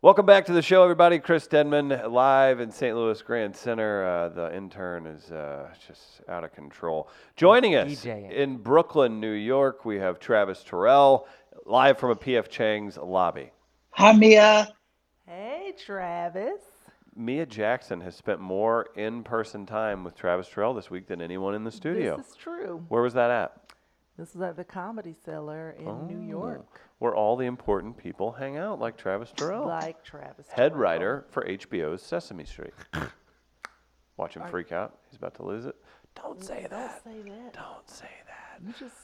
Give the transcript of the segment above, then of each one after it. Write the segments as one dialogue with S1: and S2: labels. S1: Welcome back to the show, everybody. Chris Denman live in St. Louis Grand Center. Uh, the intern is uh, just out of control. Joining us
S2: DJing.
S1: in Brooklyn, New York, we have Travis Terrell live from a PF Chang's lobby.
S3: Hi, Mia.
S4: Hey, Travis.
S1: Mia Jackson has spent more in person time with Travis Terrell this week than anyone in the studio.
S4: This is true.
S1: Where was that at?
S4: This is at the Comedy Cellar in New
S1: Oh.
S4: York.
S1: Where all the important people hang out, like Travis Terrell.
S4: Like Travis.
S1: Oh. head
S4: Terrell.
S1: writer for HBO's Sesame Street. Watch him freak out. He's about to lose it. Don't say that.
S4: Say that.
S1: Don't say that.
S4: You just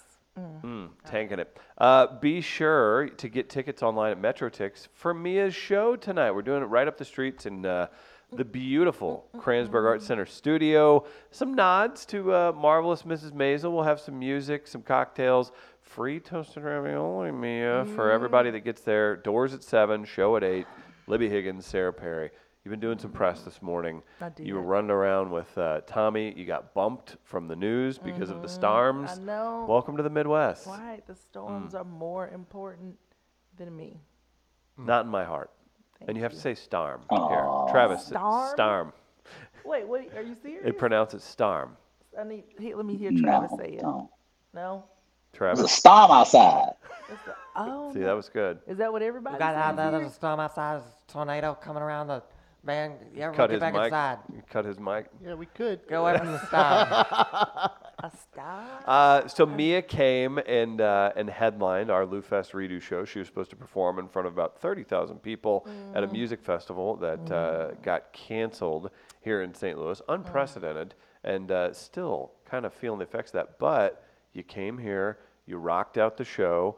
S1: Mm, tanking it. Uh, be sure to get tickets online at MetroTix for Mia's show tonight. We're doing it right up the streets in uh, the beautiful Kransberg Arts Center studio. Some nods to uh, marvelous Mrs. Maisel. We'll have some music, some cocktails, free toasted ravioli, Mia, for
S4: Mm.
S1: everybody that gets there. Doors at seven, show at eight. Libby Higgins, Sarah Perry. You've been doing some press this morning.
S4: I did.
S1: You were running around with uh, Tommy. You got bumped from the news because of the storms.
S4: Mm-hmm. I know.
S1: Welcome to the Midwest.
S4: why the storms
S1: Mm.
S4: are more important than me.
S1: Not in my heart. and
S4: Thank
S1: you have to say starm
S3: Aw.
S1: here. Travis, starm.
S4: Starm?
S1: starm.
S4: Wait, what? Are you serious?
S1: They pronounce it starm.
S4: I need. He, let me hear
S3: No,
S4: Travis say it.
S3: no.
S4: No.
S3: There's a
S1: Travis.
S3: storm outside.
S4: That's the- oh.
S1: See, that was good.
S4: Is that what everybody?
S2: We got out
S4: says
S2: there,
S4: here?
S2: there's a storm outside, there's a tornado coming around the man. Everyone
S1: Cut
S2: get
S1: his
S2: back
S1: mic.
S2: inside.
S1: Cut his mic.
S5: Yeah, we could.
S2: Go away from the storm.
S4: A star.
S1: Uh, so Mia came and uh, and headlined our Lou Fest redo show. She was supposed to perform in front of about thirty thousand people at a music festival that uh, got canceled here in St. Louis, unprecedented, and uh, still kind of feeling the effects of that. But you came here, you rocked out the show,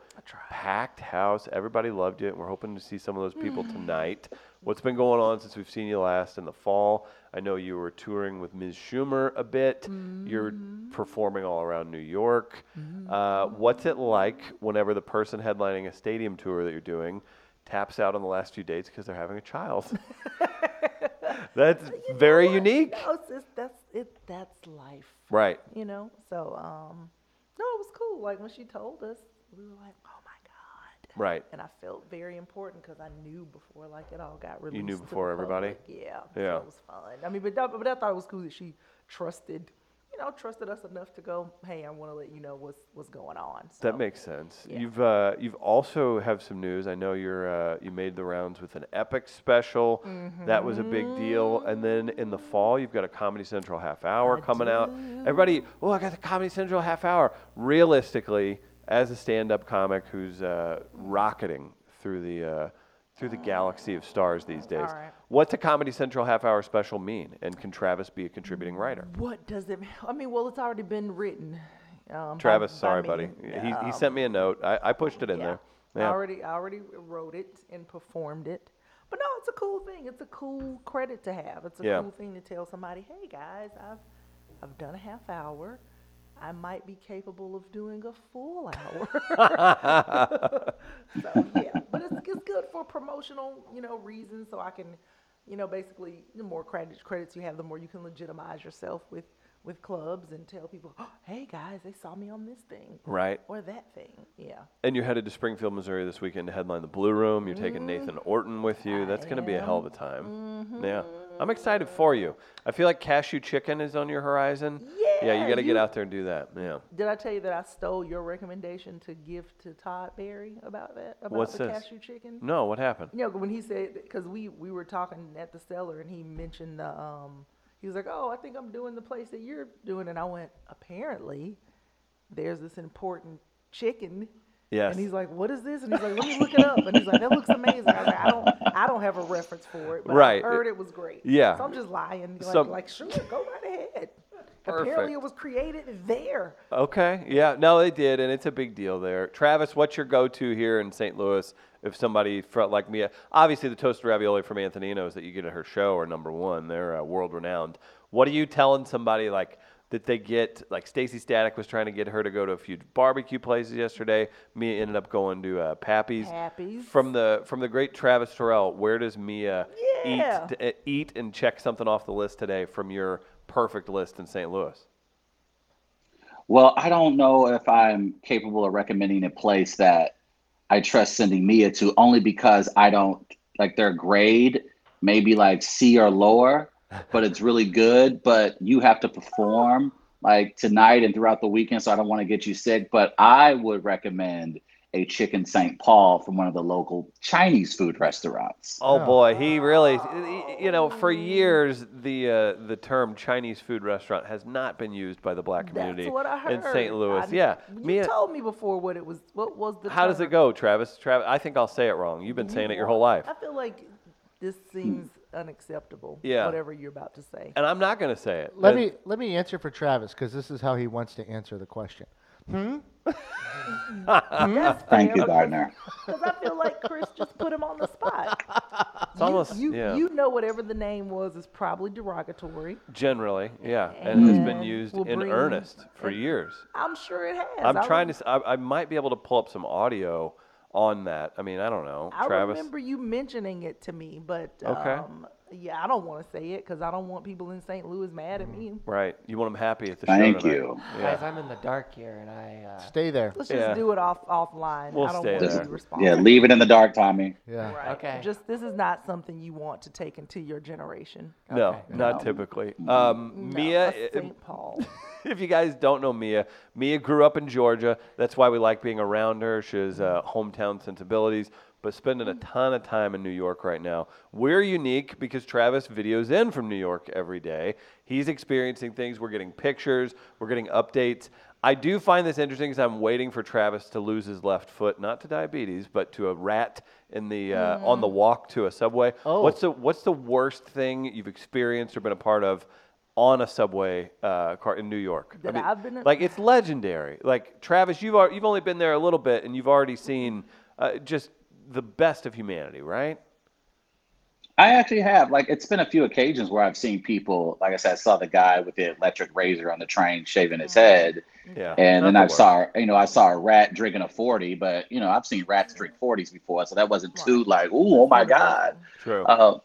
S1: packed house, everybody loved it, and we're hoping to see some of those people tonight. What's been going on since we've seen you last in the fall? I know you were touring with Ms. Schumer a bit. You're performing all around New York. Uh, what's it like whenever the person headlining a stadium tour that you're doing taps out on the last few dates because they're having a child? That's very unique.
S4: No, it's, it's, Oh, that's it. That's life.
S1: Right.
S4: You know. So um, no, it was cool. Like when she told us, we were like, oh my god.
S1: Right.
S4: and I felt very important because I knew before like it all got released.
S1: knew
S4: to the
S1: before everybody?
S4: public. Yeah,
S1: Yeah.
S4: So it was fun. I mean, but that, but I thought it was cool that she trusted, you know, trusted us enough to go. Hey, I want to let you know what's what's going on. So,
S1: That makes sense.
S4: yeah.
S1: You've uh, you've also have some news. I know you're uh, you made the rounds with an epic special. That was a big deal.
S4: Mm-hmm.
S1: And then in the fall, you've got a Comedy Central half hour coming out. Everybody, oh, I got the Comedy Central half hour. Realistically, as a stand-up comic who's uh, rocketing through the uh, through the galaxy of stars these days,
S4: right.
S1: what's a Comedy Central half hour special mean? And can Travis be a contributing writer?
S4: What does it? I mean, well, it's already been written. Um, by-
S1: Travis,
S4: by
S1: sorry,
S4: me.
S1: buddy. He, he
S4: Um,
S1: sent me a note. I, I pushed it in
S4: Yeah.
S1: there. Yeah.
S4: I already I already wrote it and performed it. But no, it's a cool thing. It's a cool credit to have. It's a
S1: Yeah.
S4: cool thing to tell somebody, "Hey guys, I've I've done a half hour. I might be capable of doing a full hour." so, yeah, but it's it's good for promotional, you know, reasons so I can, you know, basically the more credits credits you have, the more you can legitimize yourself with with clubs and tell people, "Hey guys, they saw me on this thing."
S1: Right.
S4: Or that thing. Yeah.
S1: And you're headed to Springfield, Missouri this weekend to headline the Blue Room. You're taking Nathan Orton with you. That's going to be a hell of a time. Yeah. I'm excited for you. I feel like cashew chicken is on your horizon. Yeah, you
S4: Yeah,
S1: got to get
S4: you-
S1: out there and do that. Yeah.
S4: Did I tell you that I stole your recommendation to give to Todd Berry about that? About
S1: What's this?
S4: the
S1: Mm.
S4: cashew chicken?
S1: No, what happened?
S4: You know, when he said, because we, we were talking at the cellar and he mentioned the, um, he was like, oh, I think I'm doing the place that you're doing. And I went, apparently, there's this important chicken.
S1: Yes.
S4: And he's like, what is this? And he's like, let me look it up. And he's like, that looks amazing. I, was like, I don't, I don't have a reference for it, but
S1: Right.
S4: I heard it was great.
S1: Yeah.
S4: So I'm just lying. Like,
S1: Some-
S4: like sure, go right ahead.
S1: Perfect.
S4: Apparently, it was created there.
S1: Okay. Yeah. No, they did, and it's a big deal there. Travis, what's your go-to here in St. Louis if somebody felt like me? Obviously, the toasted ravioli from Antonino's that you get at her show are number one. They're uh, world-renowned. What are you telling somebody like that they get? Like Stacy Static was trying to get her to go to a few barbecue places yesterday. Mia ended up going to uh, Pappy's.
S4: Pappy's.
S1: From the from the great Travis Terrell, where does Mia
S4: Yeah.
S1: eat to, eat and check something off the list today from your perfect list in St. Louis?
S3: Well, I don't know if I'm capable of recommending a place that I trust sending Mia to only because I don't like their grade may be like C or lower, but it's really good. But you have to perform like tonight and throughout the weekend. So I don't want to get you sick. But I would recommend a chicken St. Paul from one of the local Chinese food restaurants.
S1: Oh
S2: Oh.
S1: boy, he really, you know, for years the uh, the term Chinese food restaurant has not been used by the black community
S4: That's what I heard.
S1: in St. Louis.
S4: I-
S1: yeah,
S4: you
S1: me and-
S4: told me before what it was. What was the?
S1: how does it
S4: term.
S1: go, Travis? Travis, I think I'll say it wrong. You've been
S4: You
S1: saying it your
S4: want-
S1: whole life,
S4: I feel like this seems unacceptable.
S1: Yeah.
S4: Whatever you're about to say.
S1: and I'm not going to say it.
S5: Let
S1: That's-
S5: me let me answer for Travis because this is how he wants to answer the question.
S4: That's
S3: Thank you,
S4: fair,
S3: Gardner.
S4: Because I feel like Chris just put him on the spot.
S1: It's almost
S4: you,
S1: yeah,
S4: you know whatever the name was is probably derogatory.
S1: generally, yeah, and it's been
S4: And
S1: used
S4: will
S1: in
S4: bring-
S1: earnest for years.
S4: I'm sure it has.
S1: I'm
S4: I
S1: trying
S4: rem-
S1: to. s- I, I might be able to pull up some audio on that. I mean, I don't know,
S4: I
S1: Travis.
S4: remember you mentioning it to me, but
S1: Okay.
S4: um, yeah, I don't want to say it because I don't want people in St. Louis mad
S1: Mm.
S4: at me.
S1: Right, you want them happy at the show.
S3: Thank
S1: tonight.
S3: you.
S1: Yeah.
S2: Guys, I'm in the dark here, and I. Uh,
S5: Stay there.
S4: Let's
S1: Yeah.
S4: just do it off offline.
S1: We'll
S4: I don't
S1: stay
S4: want
S1: there.
S4: to
S3: Just,
S4: be responsible.
S3: yeah, leave it in the dark, Tommy.
S5: Yeah.
S4: Right.
S2: Okay.
S4: Just this is not something you want to take into your generation.
S1: No,
S2: Okay.
S1: not typically. Um,
S4: No,
S1: Mia,
S4: a
S1: i-
S4: St. Paul.
S1: if you guys don't know Mia, Mia grew up in Georgia. That's why we like being around her. She has uh, hometown sensibilities, but spending a ton of time in New York right now. We're unique because Travis videos in from New York every day. He's experiencing things. We're getting pictures, we're getting updates. I do find this interesting because I'm waiting for Travis to lose his left foot, not to diabetes, but to a rat in the uh, on the walk to a subway.
S5: Oh.
S1: What's the what's the worst thing you've experienced or been a part of on a subway uh, car in New York?
S4: That I've been in-
S1: like it's legendary. Like Travis, you've al- you've only been there a little bit and you've already seen uh, just the best of humanity, right?
S3: I actually have. Like, it's been a few occasions where I've seen people, like I said, I saw the guy with the electric razor on the train shaving his head.
S1: Yeah.
S3: And
S1: not
S3: then
S1: the
S3: I
S1: worst.
S3: saw, you know, I saw a rat drinking a 40, but, you know, I've seen rats drink 40s before. So that wasn't too like, ooh, oh my God.
S1: True.
S3: Uh,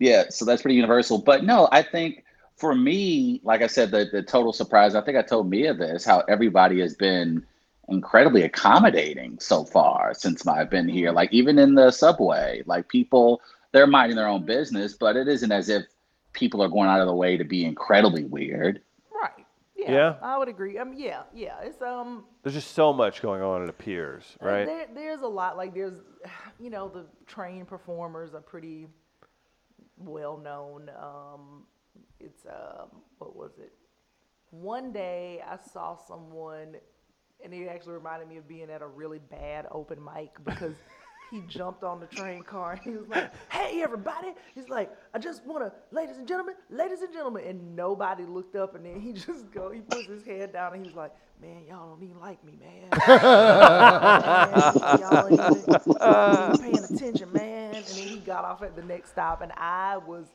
S3: yeah, so that's pretty universal. But no, I think for me, like I said, the, the total surprise, I think I told Mia this, how everybody has been incredibly accommodating so far since I've been here. Like even in the subway, like people, they're minding their own business, but it isn't as if people are going out of the way to be incredibly weird.
S4: Right. Yeah,
S1: Yeah.
S4: I would agree. Um, yeah, yeah. It's um,
S1: There's just so much going on. It appears, right?
S4: There, there's a lot. Like there's, you know, the trained performers are pretty well known. Um, it's um, what was it? One day I saw someone, and it actually reminded me of being at a really bad open mic because. He jumped on the train car and he was like, Hey, everybody. He's like, I just want to, ladies and gentlemen, ladies and gentlemen. And nobody looked up and then he just go, he puts his head down and he was like, Man, y'all don't even like me, man. man. Y'all ain't even- ain't paying attention, man. And then he got off at the next stop, and I was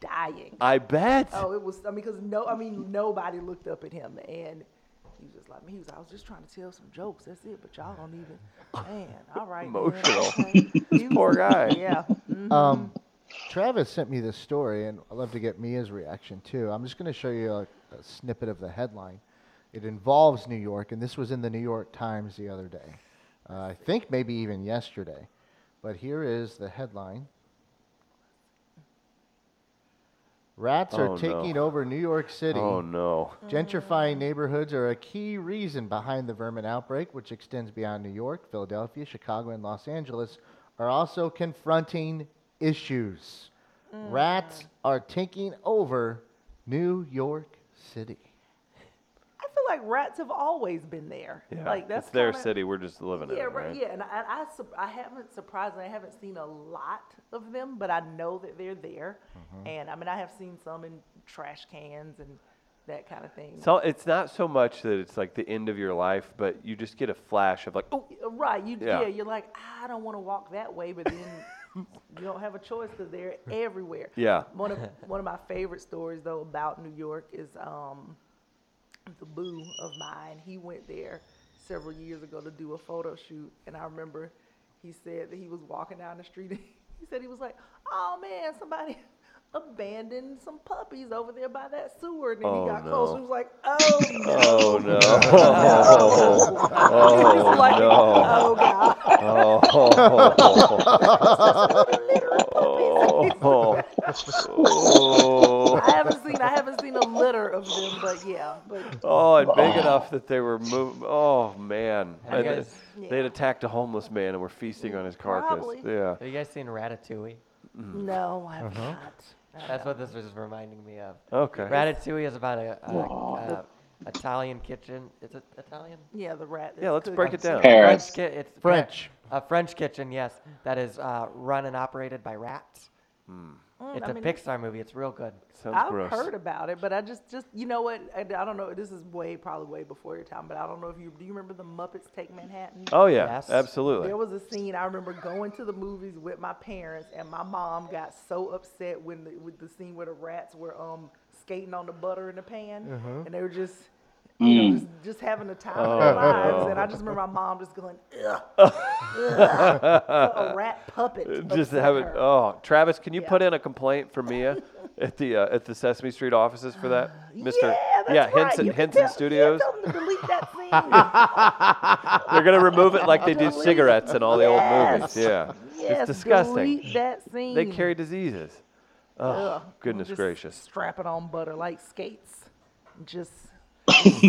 S4: dying.
S1: I bet.
S4: Oh, it was. I mean, because no, I mean, nobody looked up at him, and he was just like me. He was. I was just trying to tell some jokes. That's it. But y'all don't even. Man, all right. man,
S1: Emotional.
S4: okay." He was-
S1: Poor guy.
S4: Yeah.
S5: Um, Travis sent me this story, and I'd love to get Mia's reaction too. I'm just going to show you a, a snippet of the headline. It involves New York, and this was in the New York Times the other day. Uh, I think maybe even yesterday. But here is the headline Rats
S1: Oh, no.
S5: are taking over New York City.
S1: oh no.
S5: Gentrifying neighborhoods are a key reason behind the vermin outbreak, which extends beyond New York, Philadelphia, Chicago, and Los Angeles, are also confronting issues. Rats are taking over New York City.
S4: I feel like rats have always been there.
S1: Yeah.
S4: Like that's
S1: it's their
S4: kinda-
S1: city. We're just living in
S4: Yeah,
S1: it,
S4: right.
S1: right?
S4: Yeah, and I, I, sur- I haven't surprisingly, I haven't seen a lot of them, but I know that they're there,
S1: Mm-hmm.
S4: and I mean, I have seen some in trash cans and that kind of thing.
S1: So it's not so much that it's like the end of your life, but you just get a flash of like, oh,
S4: Yeah, right, you
S1: Yeah.
S4: yeah. you're like, I don't want to walk that way, but then you don't have a choice because they're everywhere.
S1: Yeah.
S4: One of one of my favorite stories though about New York is um, the boo of mine. He went there several years ago to do a photo shoot, and I remember he said that he was walking down the street. he said he was like, "Oh man, somebody." Abandoned some puppies over there by that sewer, and then
S1: Oh,
S4: he got
S1: no.
S4: close. and was like, "Oh no!"
S1: oh no.
S4: He was like,
S1: no.
S4: "Oh god!"
S1: Oh. Oh.
S4: I
S1: Oh.
S4: haven't seen I haven't seen a litter of them, but yeah, but
S1: Oh, and big enough that they were moving. Oh man,
S2: Have
S1: And
S2: you
S1: they-
S2: guys-
S1: they'd attacked a homeless man and were feasting on his carcass.
S4: Probably.
S1: Yeah.
S2: Have you guys seen Ratatouille?
S1: Mm-hmm.
S4: no, I have not.
S2: That's what this was reminding me of.
S1: Okay.
S2: Ratatouille is about a, a, a Italian kitchen. Is it Italian?
S4: Yeah, the rat.
S1: Yeah, let's break it down.
S3: Paris.
S2: French. Ki- it's Fre-
S5: French.
S2: A French kitchen, yes, that is uh, run and operated by rats. It's
S4: a
S2: a Pixar movie. It's real good.
S1: Sounds
S4: Mm, I've
S1: gross.
S4: heard about it, but I just, just you know what? I, I don't know. This is way probably way before your time, but I don't know if you do. You remember the Muppets Take Manhattan?
S1: oh yeah,
S2: Yes.
S1: absolutely.
S4: There was a scene I remember going to the movies with my parents, and my mom got so upset when the, with the scene where the rats were um skating on the butter in the pan, and they were just. You
S1: Mm.
S4: know, just, just having the time of
S1: Oh.
S4: their lives, and I just remember my mom just going, "Ugh, ugh," a rat puppet."
S1: Uh, Just
S4: upset
S1: have it.
S4: her.
S1: Oh, Travis, can you
S4: Yeah.
S1: put in a complaint for Mia at the uh, at the Sesame Street offices for that, Mister?
S4: Uh, Yeah, that's right.
S1: Henson
S4: You can
S1: Henson
S4: tell- yeah,
S1: Studios.
S4: tell them to delete that
S1: They're gonna remove it like they do
S4: Delete.
S1: cigarettes in all the old movies.
S4: Yes.
S1: Yeah,
S4: scene. yes,
S1: it's disgusting.
S4: Delete that scene.
S1: They carry diseases. Oh,
S4: Ugh.
S1: goodness
S4: Just
S1: gracious!
S4: Strap it on butter like skates. Just.
S1: I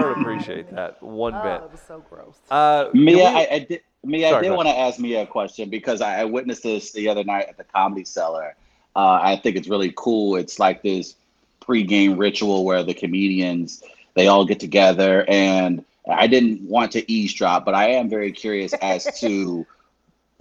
S1: don't appreciate that one
S4: Oh,
S1: bit.
S4: it was so gross.
S1: Uh, can
S3: Mia,
S1: we-
S3: I, I did. Mia,
S1: Sorry, go
S3: I did want to ask Mia a question because I, I witnessed this the other night at the Comedy Cellar. Uh, I think it's really cool. It's like this pre-game ritual where the comedians they all get together, and I didn't want to eavesdrop, but I am very curious as to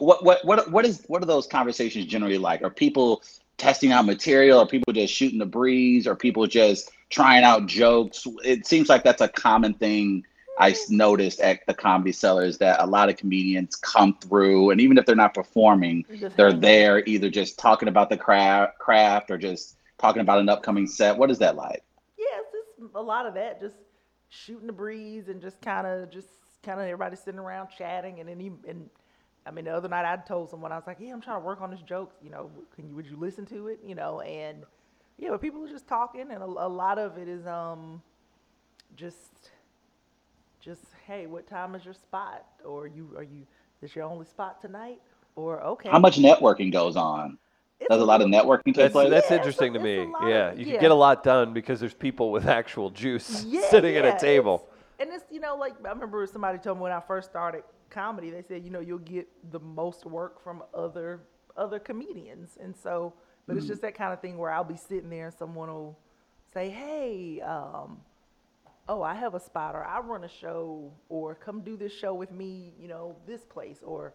S3: what what what what is what are those conversations generally like? Are people testing out material? Are people just shooting the breeze? Are people just trying out jokes? It seems like that's a common thing I s- noticed at the comedy cellars that a lot of comedians come through, and even if they're not performing,
S4: Just
S3: they're
S4: hang-
S3: there either just talking about the craft, craft, or just talking about an upcoming set. What is that like?
S4: Yeah, it's just a lot of that, just shooting the breeze and just kind of, just kind of everybody sitting around chatting. And then you, and I mean, the other night I told someone, I was like, yeah, I'm trying to work on this joke. You know, can you, would you listen to it? You know, and yeah, but people are just talking, and a, a lot of it is um, just, just hey, what time is your spot? Or you, are you, is your only spot tonight? Or okay,
S3: How much networking goes on?
S4: It's
S3: Does a lot of networking take
S1: That's,
S3: place?
S1: that's
S4: Yeah, it's a-
S1: interesting to
S4: it's
S1: me.
S4: a lot
S1: Yeah,
S4: of-
S1: you
S4: yeah.
S1: can get a lot done because there's people with actual juice
S4: Yeah,
S1: sitting
S4: yeah,
S1: at a
S4: it's-
S1: table.
S4: And it's you know like I remember somebody told me when I first started comedy, they said you know you'll get the most work from other other comedians, and so but
S1: Mm.
S4: it's just that kind of thing where I'll be sitting there and someone will say, hey, um, oh I have a spot, or I run a show, or come do this show with me, you know this place, or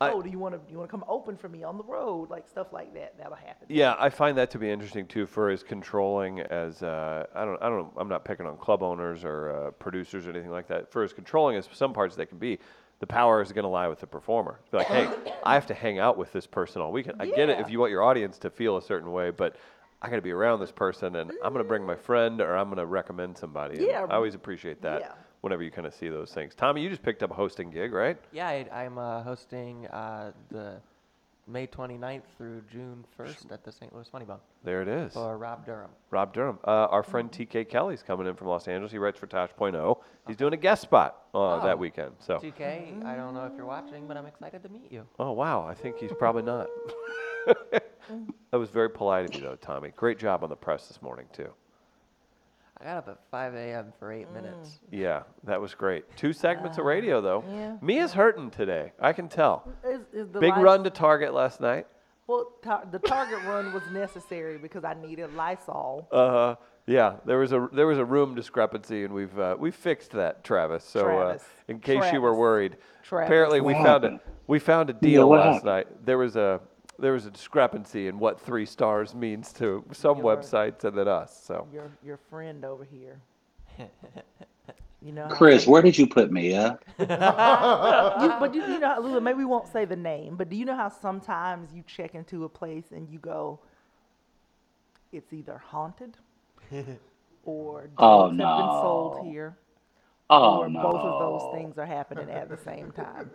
S1: I-
S4: oh do you want to you want to come open for me on the road, like stuff like that that'll happen.
S1: Yeah, I find that to be interesting too. For as controlling as uh, I don't, I don't, I'm not picking on club owners or uh, producers or anything like that. For as controlling as some parts they can be, the power is going to lie with the performer. Be like, hey, I have to hang out with this person all weekend. I get it
S4: Yeah.
S1: if you want your audience to feel a certain way, but I got to be around this person, and I'm going to bring my friend or I'm going to recommend somebody. And
S4: Mm-hmm. Yeah.
S1: I always appreciate that
S4: Yeah.
S1: whenever you kind of see those things. Tommy, you just picked up a hosting gig, right?
S2: Yeah, I, I'm uh, hosting uh, the May 29th through June 1st at the St. Louis Funny Bone
S1: There it is.
S2: for Rob Durham.
S1: Rob Durham. Uh, our friend TK Kelly's coming in from Los Angeles. He writes for Tosh.0. He's doing a guest spot uh, that
S2: Oh.
S1: weekend. So,
S2: 2K, I don't know if you're watching, but I'm excited to meet you.
S1: oh wow, I think he's probably not. that was very polite of you, though, Tommy. Great job on the press this morning too.
S2: I got up at 5 a.m. for eight minutes.
S1: Yeah, that was great. Two segments of radio though. Mia's hurting today. I can tell.
S4: Is, is the
S1: Big
S4: lights-
S1: run to Target last night.
S4: Well, tar- the Target run was necessary because I needed Lysol.
S1: Uh, yeah, there was a there was a room discrepancy, and we've uh, we fixed that, Travis. So
S4: Travis.
S1: Uh, in case you were
S4: Travis.
S1: worried,
S4: Travis.
S1: apparently we
S3: What
S1: found a
S3: happened?
S1: we found a deal
S3: what
S1: last
S3: happened?
S1: night. There was a there was a discrepancy in what three stars means to some websites and then us. So
S4: your your friend over here. You know, how-
S3: Chris, where did you put Mia?
S4: you, but you, you know, how- Lula. Maybe we won't say the name, but do you know how sometimes you check into a place and you go, it's either haunted, or
S3: Oh,
S4: drugs have been sold
S3: no.
S4: here,
S3: Oh
S4: or
S3: no!
S4: both of those things are happening at the same time.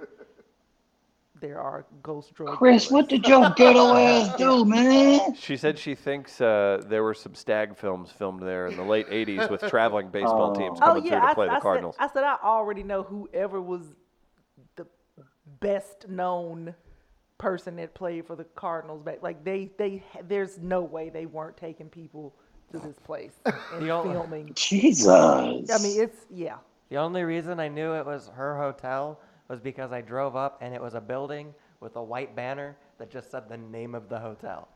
S4: There are ghost drugs.
S3: Chris, what did your ghetto ass do, man?
S1: she said she thinks uh, there were some stag films filmed there in the late '80s with traveling baseball teams
S4: Oh
S1: coming
S4: yeah,
S1: through
S4: I,
S1: to play
S4: I
S1: the Cardinals.
S4: Said, I said I already know whoever was the best known person that played for the Cardinals back. Like they they there's no way they weren't taking people to this place and
S2: The only-
S4: filming.
S3: Jesus.
S4: I mean, it's yeah.
S2: The only reason I knew it was her hotel was because I drove up and it was a building with a white banner that just said the name of the hotel.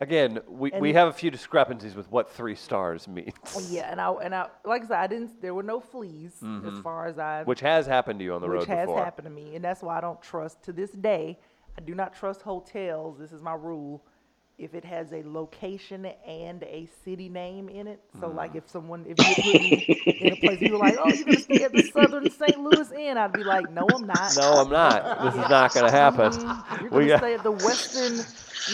S1: Again, we, we
S4: And-
S1: have a few discrepancies with what three stars means.
S4: Well, yeah, and I and I like I said, I didn't. There were no fleas as far as I,
S1: Mm-hmm. Which has happened to you on the
S4: which
S1: road
S4: has
S1: before.
S4: happened to me, and that's why I don't trust to this day. I do not trust hotels. This is my rule. If it has a location and a city name in it, so
S1: Mm-hmm.
S4: like if someone if you put me in a place, you were like, "Oh, you're gonna stay at the Southern St. Louis Inn," I'd be like, "No, I'm not. Mm-hmm.
S1: No, I'm not. This is not going to happen.
S4: You're
S1: We
S4: gonna
S1: got-
S4: stay at the Western."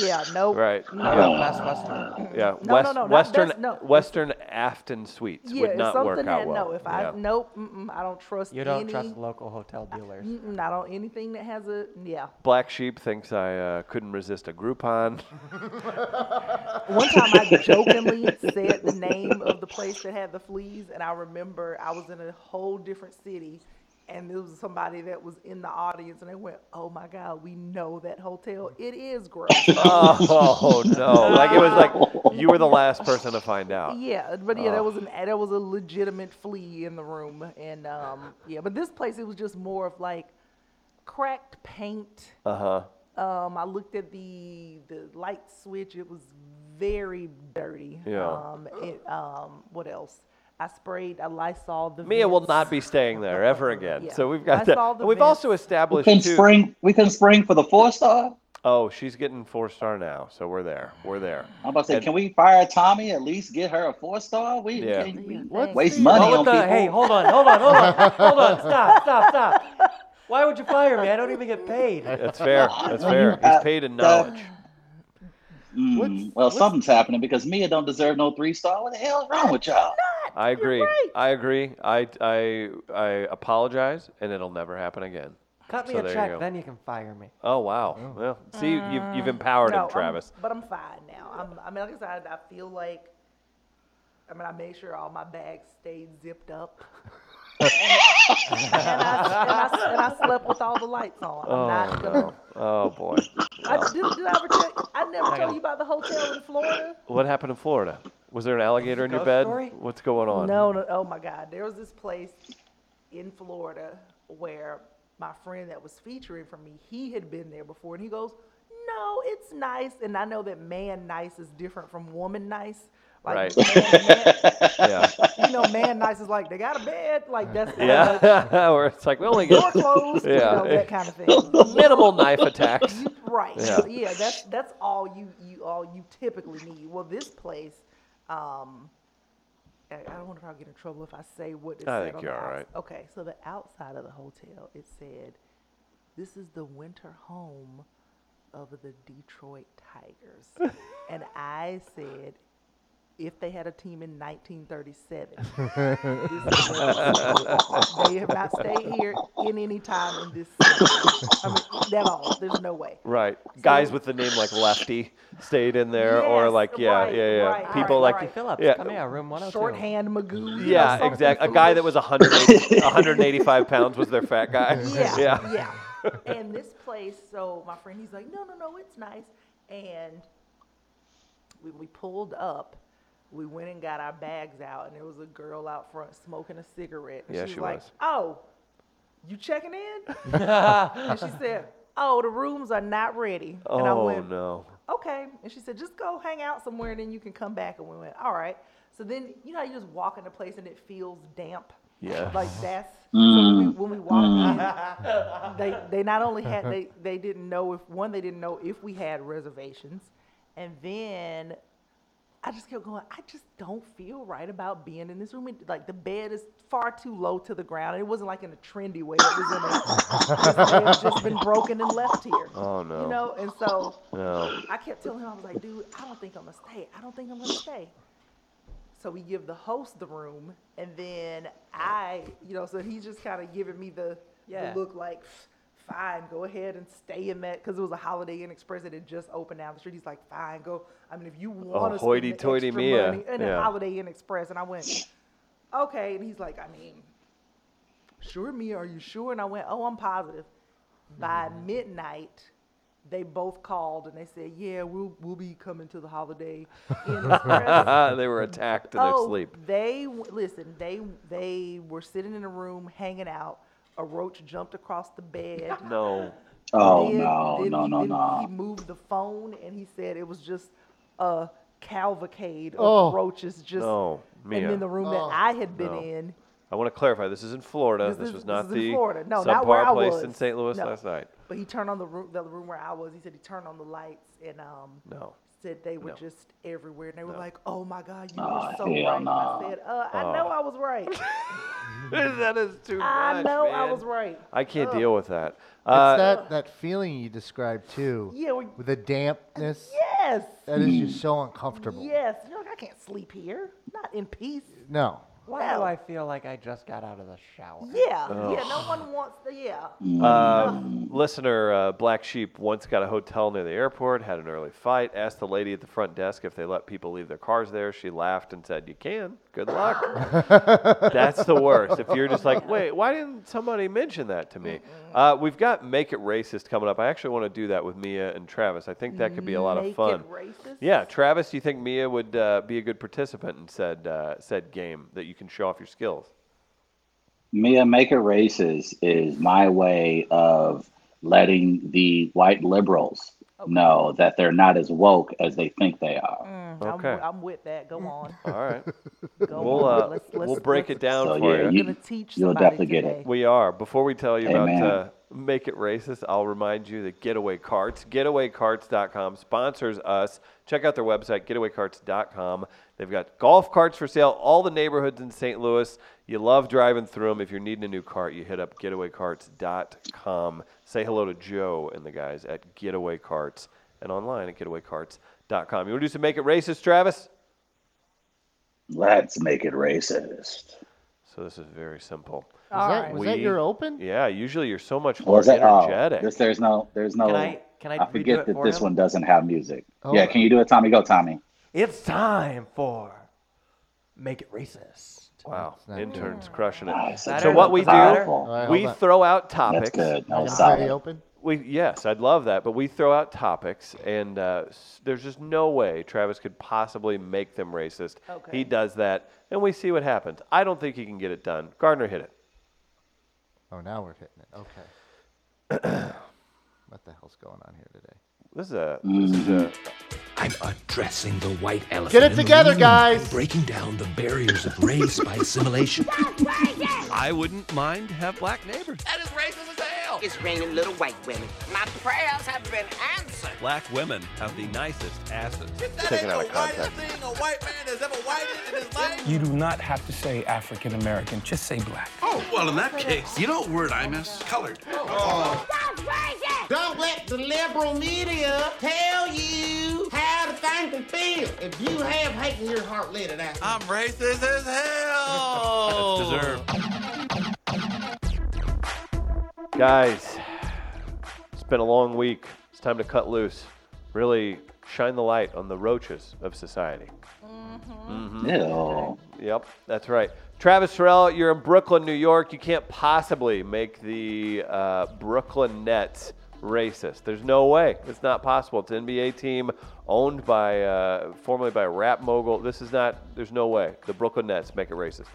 S4: Yeah, no,
S1: Right.
S4: no.
S2: Best Western.
S1: Yeah,
S4: No,
S1: West,
S4: no, no, not
S1: Western
S4: best- no.
S1: Western Afton Suites
S4: Yeah,
S1: would not
S4: if
S1: work
S4: something
S1: out
S4: had
S1: well.
S4: no. If
S1: Yeah.
S4: I nope, mm-mm, I don't trust.
S2: You don't
S4: any,
S2: trust local hotel dealers.
S4: Mm-mm, not on anything that has a yeah.
S1: Black Sheep thinks I uh, couldn't resist a Groupon.
S4: One time I jokingly said the name of the place that had the fleas, and I remember I was in a whole different city, and there was somebody that was in the audience, and they went, "Oh my God, we know that hotel. It is gross."
S1: Uh, oh no! Like it was like you were the last person to find out.
S4: yeah, but yeah, there was an there was a legitimate flea in the room, and um, yeah, but this place it was just more of like cracked paint.
S1: Uh huh.
S4: Um, I looked at the the light switch. It was very dirty.
S1: Yeah.
S4: Um, it, um, what else? I sprayed. I Lysol the.
S1: Mia will
S4: vents.
S1: not be staying there ever again.
S4: Yeah.
S1: So we've
S4: I
S1: got that.
S4: saw the
S1: And we've
S4: vents.
S1: also
S3: we
S1: established
S3: couldn't
S1: too.
S3: spring. We couldn't spring for the four star.
S1: Oh, she's getting four star now, so we're there. We're there.
S3: I'm about to say,
S1: And-
S3: can we fire Tommy? At least get her a four star. We,
S1: Yeah.
S3: we- we
S4: What?
S3: waste
S4: Well,
S3: money
S2: Well,
S3: on
S2: what the,
S3: people.
S2: hey, hold on, hold on, hold on, hold on, stop, stop, stop. Why would you fire me? I don't even get paid.
S1: That's fair. That's fair.
S3: Uh,
S1: He's paid in
S3: the-
S1: knowledge.
S3: Mm,
S5: What's-
S3: well,
S5: what's-
S3: something's happening because Mia don't deserve no three star. What the hell's wrong with y'all?
S1: I agree.
S4: right.
S1: I agree. I I I apologize, and it'll never happen again.
S2: Cut me
S1: So there
S2: a
S1: you
S2: check,
S1: go.
S2: then you can fire me.
S1: Oh wow. Well, see, you've you've empowered
S4: Mm. No,
S1: him, Travis.
S4: I'm, but I'm fine now. I'm, I mean, like I said, I feel like. I mean, I made sure all my bags stayed zipped up. and, I, and, I, and I slept with all the lights on. I'm
S1: oh
S4: not gonna.
S1: no. Oh boy.
S4: I, did, did I ever tell? I never told you about the hotel in Florida.
S1: What happened in Florida? Was there an alligator in your
S2: Ghost
S1: bed?
S2: story?
S1: What's going on?
S4: No, no, oh my God. There was this place in Florida where my friend that was featuring for me, he had been there before, and he goes, No, it's nice. And I know that man nice is different from woman nice. Like,
S1: Right.
S4: man- man-
S1: Yeah.
S4: you know, man nice is like, They got a bed. Like, that's
S1: Yeah. Where it's like we only
S4: door
S1: get
S4: closed,
S1: Yeah.
S4: you know, that kind of thing.
S1: minimal knife attacks.
S4: Right.
S1: Yeah.
S4: Yeah. that's that's all you you all you typically need. Well, this place, um, I, I don't know if I'll get in trouble if I say what it
S1: I
S4: said
S1: think
S4: on
S1: you're
S4: the
S1: all
S4: outs-
S1: right.
S4: Okay, so the outside of the hotel, it said, "This is the winter home of the Detroit Tigers," and I said. If they had a team in 1937, this is where they have not stayed here in any time in this city. I mean, at all. There's no way.
S1: Right. Guys with the name like Lefty stayed in there, or
S4: Yes,
S1: like yeah,
S4: right,
S1: yeah, yeah.
S4: right,
S1: People like
S4: right, right.
S2: Phillips,
S1: Yeah.
S2: come here, room 102.
S4: Shorthand Magoo. you know,
S1: yeah,
S4: something
S1: exactly. A
S4: from
S1: guy
S4: the-
S1: that was 180, 185 pounds was their fat guy.
S4: Yeah,
S1: yeah.
S4: yeah. and this place, so my friend, he's like, no, no, no, it's nice. And we, we pulled up, we went and got our bags out, and there was a girl out front smoking a cigarette. And
S1: Yeah,
S4: she's
S1: she
S4: like,
S1: was.
S4: oh, you checking in? and she said, oh, the rooms are not ready. and I
S1: Oh
S4: went,
S1: no.
S4: okay. And she said, just go hang out somewhere and then you can come back. And we went, all right. So then, you know, how you just walk into a place and it feels damp.
S1: Yeah.
S4: Like that's, so when we, when we
S2: Mm.
S4: walked in, they, they not only had, they, they didn't know if, one, they didn't know if we had reservations. And then I just kept going, I just don't feel right about being in this room. It- like the bed is far too low to the ground. And it wasn't like in a trendy way. It was in a, it had just been broken and left here.
S1: Oh, no.
S4: You know, and so
S1: No.
S4: I kept telling him, I was like, dude, I don't think I'm gonna stay. I don't think I'm gonna stay. So we give the host the room, and then I, you know, so he's just kind of giving me the,
S2: Yeah.
S4: the look like, fine, go ahead and stay in that, because it was a Holiday Inn Express that had just opened down the street. He's like, fine, go. I mean, if you want to spend the
S1: hoity-toity
S4: extra
S1: Mia.
S4: money, and
S1: Yeah.
S4: a Holiday Inn Express, and I went, okay, and he's like, I mean, sure, Mia, are you sure? And I went, oh, I'm positive. By
S1: Mm-hmm.
S4: midnight, they both called and they said, "Yeah, we'll we'll be coming to the Holiday Inn Express."
S1: they were attacked in their
S4: oh,
S1: sleep.
S4: They w- listen. They they were sitting in a room hanging out. A roach jumped across the bed.
S1: No.
S3: Oh
S4: Then-
S3: no,
S4: then
S3: no,
S4: he,
S3: no,
S4: then He
S3: no.
S4: moved the phone and he said it was just a cavalcade of
S5: Oh.
S4: roaches just
S1: No, Mia.
S4: and then the room
S5: Oh.
S4: that I had been
S1: No.
S4: in.
S1: I want to clarify. This is in Florida. This,
S4: This is-
S1: was
S4: this
S1: not
S4: is in
S1: the
S4: Florida. No,
S1: subpar
S4: not where I
S1: place
S4: was.
S1: in St. Louis
S4: No.
S1: last night.
S4: But he turned on the room the room where I was. He said he turned on the lights and um
S1: No.
S4: said they were
S1: No.
S4: just everywhere and they were
S1: No.
S4: like, "Oh my God, you
S3: Oh,
S4: were so
S3: hell
S4: right." And I
S3: no.
S4: said, uh, "I know I was right.
S1: that is too
S4: I
S1: much,
S4: know I
S1: man.
S4: was right."
S1: I can't
S4: Ugh.
S1: deal with that.
S5: It's
S1: Uh,
S5: that, that feeling you described too,
S4: Yeah. well,
S5: with the dampness.
S4: Yes.
S5: That is just so uncomfortable.
S4: Yes. You're like, I can't sleep here. Not in peace.
S5: No.
S2: Why do
S4: No.
S2: I feel like I just got out of the shower?
S4: Yeah. Yeah. No one wants the yeah.
S1: uh, listener uh, Black Sheep once got a hotel near the airport, had an early fight, asked the lady at the front desk if they let people leave their cars there. She laughed and said, You can. Good luck. That's the worst. If you're just like, Wait, why didn't somebody mention that to me? Uh, we've got Make It Racist coming up. I actually want to do that with Mia and Travis. I think that could be a lot of
S4: Naked
S1: fun.
S4: Racist.
S1: Yeah, Travis, do you think Mia would uh, be a good participant in said uh, said game that you can show off your skills?
S3: Mia Maker Races is my way of letting the white liberals know that they're not as woke as they think they are.
S4: Mm,
S1: Okay.
S4: I'm, wi- I'm with that. Go on.
S1: All right,
S4: Go
S1: we'll
S4: on.
S1: uh,
S4: Let's-
S1: we'll
S4: let's-
S1: break it
S4: let's-
S1: down
S3: So,
S1: for
S3: yeah,
S1: you.
S3: you-
S4: I'm gonna teach
S3: you'll
S4: somebody
S3: definitely get it.
S4: today.
S1: We are. Before we tell you
S3: Amen.
S1: about uh, Make It Racist, I'll remind you that Getaway Carts, getawaycarts.com, sponsors us. Check out their website, getawaycarts.com. They've got golf carts for sale, all the neighborhoods in St. Louis. You love driving through them. If you're needing a new cart, you hit up getawaycarts.com. Say hello to Joe and the guys at Getaway Carts and online at getawaycarts.com. You want to do some Make It Racist, Travis?
S3: Let's make it racist.
S1: So this is very simple.
S5: Was,
S4: All
S5: that,
S4: right.
S5: was that
S1: We-
S5: your open?
S1: Yeah, usually you're so much
S3: Or
S1: more
S3: is that oh,
S1: energetic.
S3: this, there's no there's no
S2: Can I can I,
S3: I
S2: redo
S3: forget
S2: it
S3: that
S2: for
S3: this
S2: him?
S3: one doesn't have music.
S5: Oh.
S3: Yeah, can you do it, Tommy? Go, Tommy.
S2: It's time for make it racist.
S1: Wow,
S5: It's not
S1: interns crushing it.
S3: Nice.
S2: That
S3: That's
S1: So
S2: is
S1: what we do-
S3: powerful.
S5: All right,
S1: we
S5: hold on.
S1: throw out topics.
S3: That's good. That was
S5: Is that the
S3: solid.
S5: open?
S1: We yes, I'd love that, but we throw out topics, and uh, s- there's just no way Travis could possibly make them racist.
S4: Okay.
S1: He does that, and we see what happens. I don't think he can get it done. Gardner hit it.
S5: Oh, now we're hitting it. Okay. what the hell's going on here today?
S1: This is a this
S3: Mm.
S1: is a
S6: I'm addressing the white elephant.
S5: Get it
S6: in the
S5: together,
S6: room,
S5: guys.
S6: Breaking down the barriers of race by assimilation.
S1: I wouldn't mind have black neighbors.
S7: That is racist as hell. It's raining little white women. My prayers have been answered.
S1: Black women have the nicest asses.
S8: That
S1: Take it
S8: ain't
S1: out of
S8: the whitest
S1: context.
S8: thing a white man has ever whited in his life.
S9: You do not have to say African American, just say black.
S10: Oh, well, in that case, you know what word I miss? Colored.
S8: Don't let the liberal media tell you how to think and feel. If you have hate in your heart, let it out. I'm racist as hell. That's deserved.
S1: Guys, it's been a long week. It's time to cut loose. Really shine the light on the roaches of society.
S3: Ew.
S1: Yep, that's right. Travis Terrell, you're in Brooklyn, New York. You can't possibly make the uh, Brooklyn Nets racist. There's no way. It's not possible. It's an NBA team owned by, uh, formerly by a rap mogul. This is not, there's no way. The Brooklyn Nets make it racist.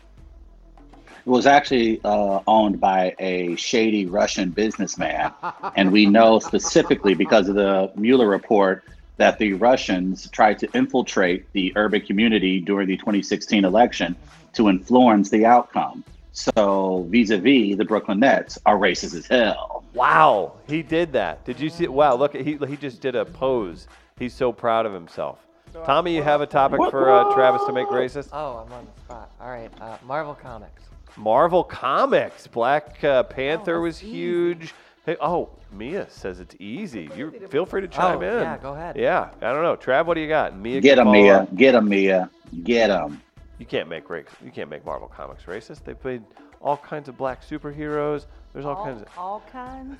S3: It was actually uh, owned by a shady Russian businessman. and we know specifically because of the Mueller report that the Russians tried to infiltrate the urban community during the 2016 election to influence the outcome. So, vis a vis, the Brooklyn Nets are racist as hell.
S1: Wow, he did that. Did you see? Wow, look, he, he just did a pose. He's so proud of himself. Tommy, you have a topic for uh, Travis to make racist?
S2: Oh, I'm on the spot. All right, uh, Marvel Comics.
S1: Marvel Comics. Black uh, Panther was huge. Hey, oh, Mia says it's easy. You feel free to chime
S2: Oh,
S1: in.
S2: yeah, go ahead.
S1: Yeah, I don't know. Trav, what do you got? Mia, can
S3: Get them,
S1: follow
S3: Mia.
S1: up.
S3: Get them, Mia. Get them.
S1: You can't make race. You can't make Marvel Comics racist. They played all kinds of black superheroes. There's all, kinds
S4: All,
S1: of.
S4: all kinds.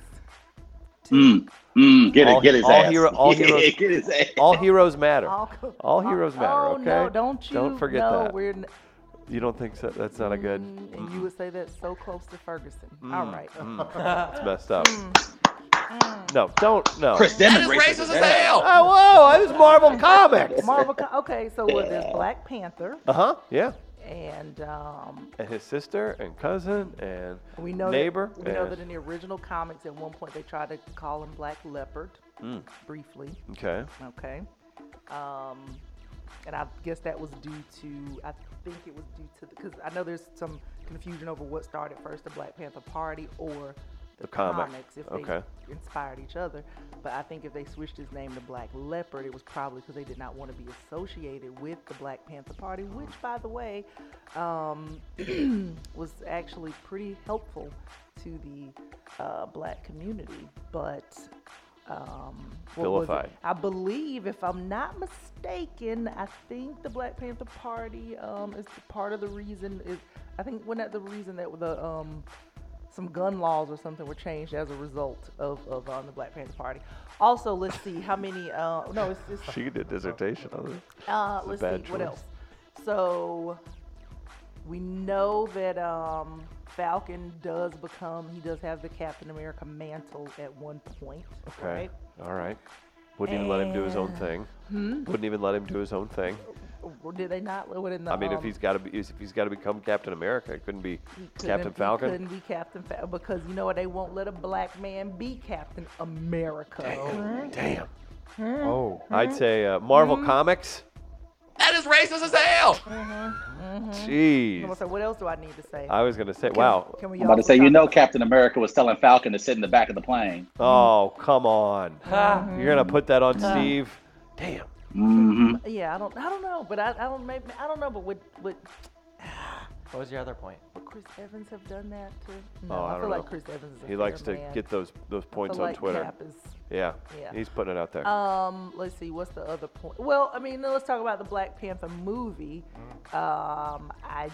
S3: Mm, mm, get
S1: All-
S3: it. Get his
S1: all
S3: ass.
S1: hero- all
S3: Yeah,
S1: heroes-
S3: get his ass.
S1: All heroes matter.
S4: All,
S1: All heroes matter.
S4: Oh
S1: okay.
S4: no! Don't you?
S1: Don't forget
S4: no,
S1: that. Mm-hmm.
S4: We're n-
S1: You don't think so? That's not a good. Mm,
S4: and you would say that so close to Ferguson. All right.
S1: It's messed up.
S4: Mm.
S1: No, don't. No.
S3: Chris Demon That is racist racist as as hell. hell.
S1: Oh, whoa! It was Marvel Comics.
S4: Marvel. Co- okay, so what? There's Black Panther,
S1: Uh
S8: Uh-huh.
S1: huh. Yeah.
S4: and um,
S1: And his sister and cousin and
S4: we know
S1: neighbor.
S4: That, we know
S1: and-
S4: that in the original comics, at one point they tried to call him Black Leopard,
S1: Mm.
S4: briefly.
S1: Okay.
S4: Okay. Um, and I guess that was due to, I think it was due to, because I know there's some confusion over what started first, the Black Panther Party or the,
S1: The comic.
S4: comics, if
S1: Okay.
S4: they inspired each other. But I think if they switched his name to Black Leopard, it was probably because they did not want to be associated with the Black Panther Party, which, by the way, um, was actually pretty helpful to the uh, black community. But um, what was it?
S1: Vilified.
S4: I believe, if I'm not mistaken, I think the Black Panther Party um, is part of the reason. Is I think when that the reason that the um, some gun laws or something were changed as a result of, of um, the Black Panther Party. Also, let's see how many. Uh, no, it's, it's
S1: She did dissertation on this.
S4: uh,
S1: It's a
S4: let's see
S1: bad
S4: what
S1: choice.
S4: else. So we know that um, Falcon does become he does have the Captain America mantle at one point,
S1: Okay.
S4: right?
S1: All right. Wouldn't even let him do his own
S4: And-
S1: thing.
S4: Hmm?
S1: Wouldn't even let him do his own thing.
S4: Or did they not? What in the,
S1: I mean, if
S4: um,
S1: he's got to be, if he's got to become Captain America, it couldn't be
S4: he couldn't-
S1: Captain
S4: he
S1: Falcon.
S4: couldn't be Captain Falcon because you know what? They won't let a black man be Captain America.
S1: Damn.
S5: Oh.
S1: I'd say uh, Marvel
S4: Hmm?
S1: Comics.
S8: That is racist as hell.
S4: Mm-hmm.
S1: Jeez.
S4: So what else do I need to say?
S1: I was gonna say, wow.
S4: Can we
S3: I'm about to
S4: also
S3: say, you
S4: talk
S3: know, Captain America was telling Falcon to sit in the back of the plane.
S1: Oh, come on. You're gonna put that on
S4: Ah.
S1: Steve. Damn.
S3: Mm-hmm.
S4: Yeah, I don't, I don't know, but I, I don't, maybe, I don't know, but would, would,
S2: What was your other point?
S4: would Chris Evans have done that too? No,
S1: oh, I,
S4: I,
S1: don't
S4: feel
S1: know.
S4: like Chris Evans. Is a
S1: he likes
S4: fair
S1: to
S4: man.
S1: get those those
S4: I
S1: points
S4: feel
S1: on
S4: like
S1: Twitter.
S4: Cap is-
S1: yeah.
S4: yeah.
S1: He's putting it out there.
S4: Um, let's see, what's the other point? Well, I mean, let's talk about the Black Panther movie. Um, I,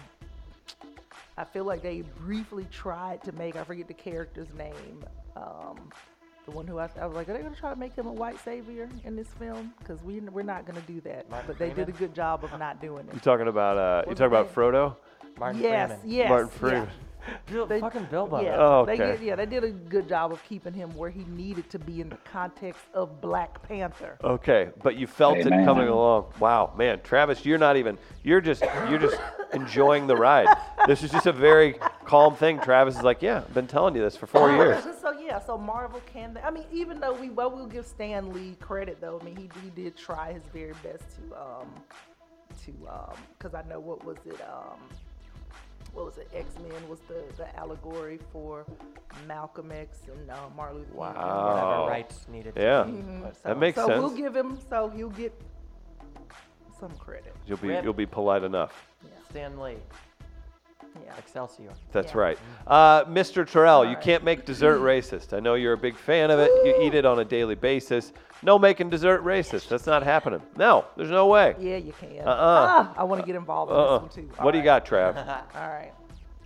S4: I feel like they briefly tried to make, I forget the character's name, um, the one who I, I was like, are they gonna try to make him a white savior in this film? Because we, we're not gonna do that.
S2: Martin
S4: but they did a
S2: Freeman?
S4: good job of not doing
S1: you
S4: it.
S1: talking about uh? You talking about Frodo?
S2: Martin
S4: yes,
S2: Freeman.
S4: yes,
S1: Martin
S4: yeah.
S1: Freeman.
S2: Bil-
S4: They-
S2: fucking Bilbo.
S4: Yeah,
S1: Oh,
S4: they
S1: okay.
S4: did, yeah, they did a good job of keeping him where he needed to be in the context of Black Panther.
S1: Okay, but you felt it
S3: Amen.
S1: coming along. Wow, man, Travis, you're not even. You're just. You're just enjoying the ride. This is just a very calm thing. Travis is like, yeah, I've been telling you this for four years.
S4: So yeah, so Marvel can. I mean, even though we well, we'll give Stan Lee credit though. I mean, he he did try his very best to um to um because I know what was it um what was it X Men was the the allegory for Malcolm X and uh, Martin Luther King.
S1: Wow.
S2: Whatever rights needed.
S1: Oh. Yeah. Mm-hmm.
S2: To be put
S1: That
S2: forward.
S1: makes
S4: so
S1: sense.
S4: we'll give him. So he'll get some credit.
S1: You'll be.
S2: Rip.
S1: You'll be polite enough.
S2: Stan Lee,
S4: Yeah.
S2: Excelsior.
S1: That's
S4: Yeah.
S1: right. Uh, Mr. Terrell, you
S4: right.
S1: can't make dessert racist. I know you're a big fan of it. You eat it on a daily basis. No making dessert racist. That's not happening. No, there's no way.
S4: Yeah, you can.
S1: Uh-uh.
S4: Ah, I want to get involved in
S1: Uh-uh.
S4: this one too.
S1: What do you got, Trav?
S4: got? All right.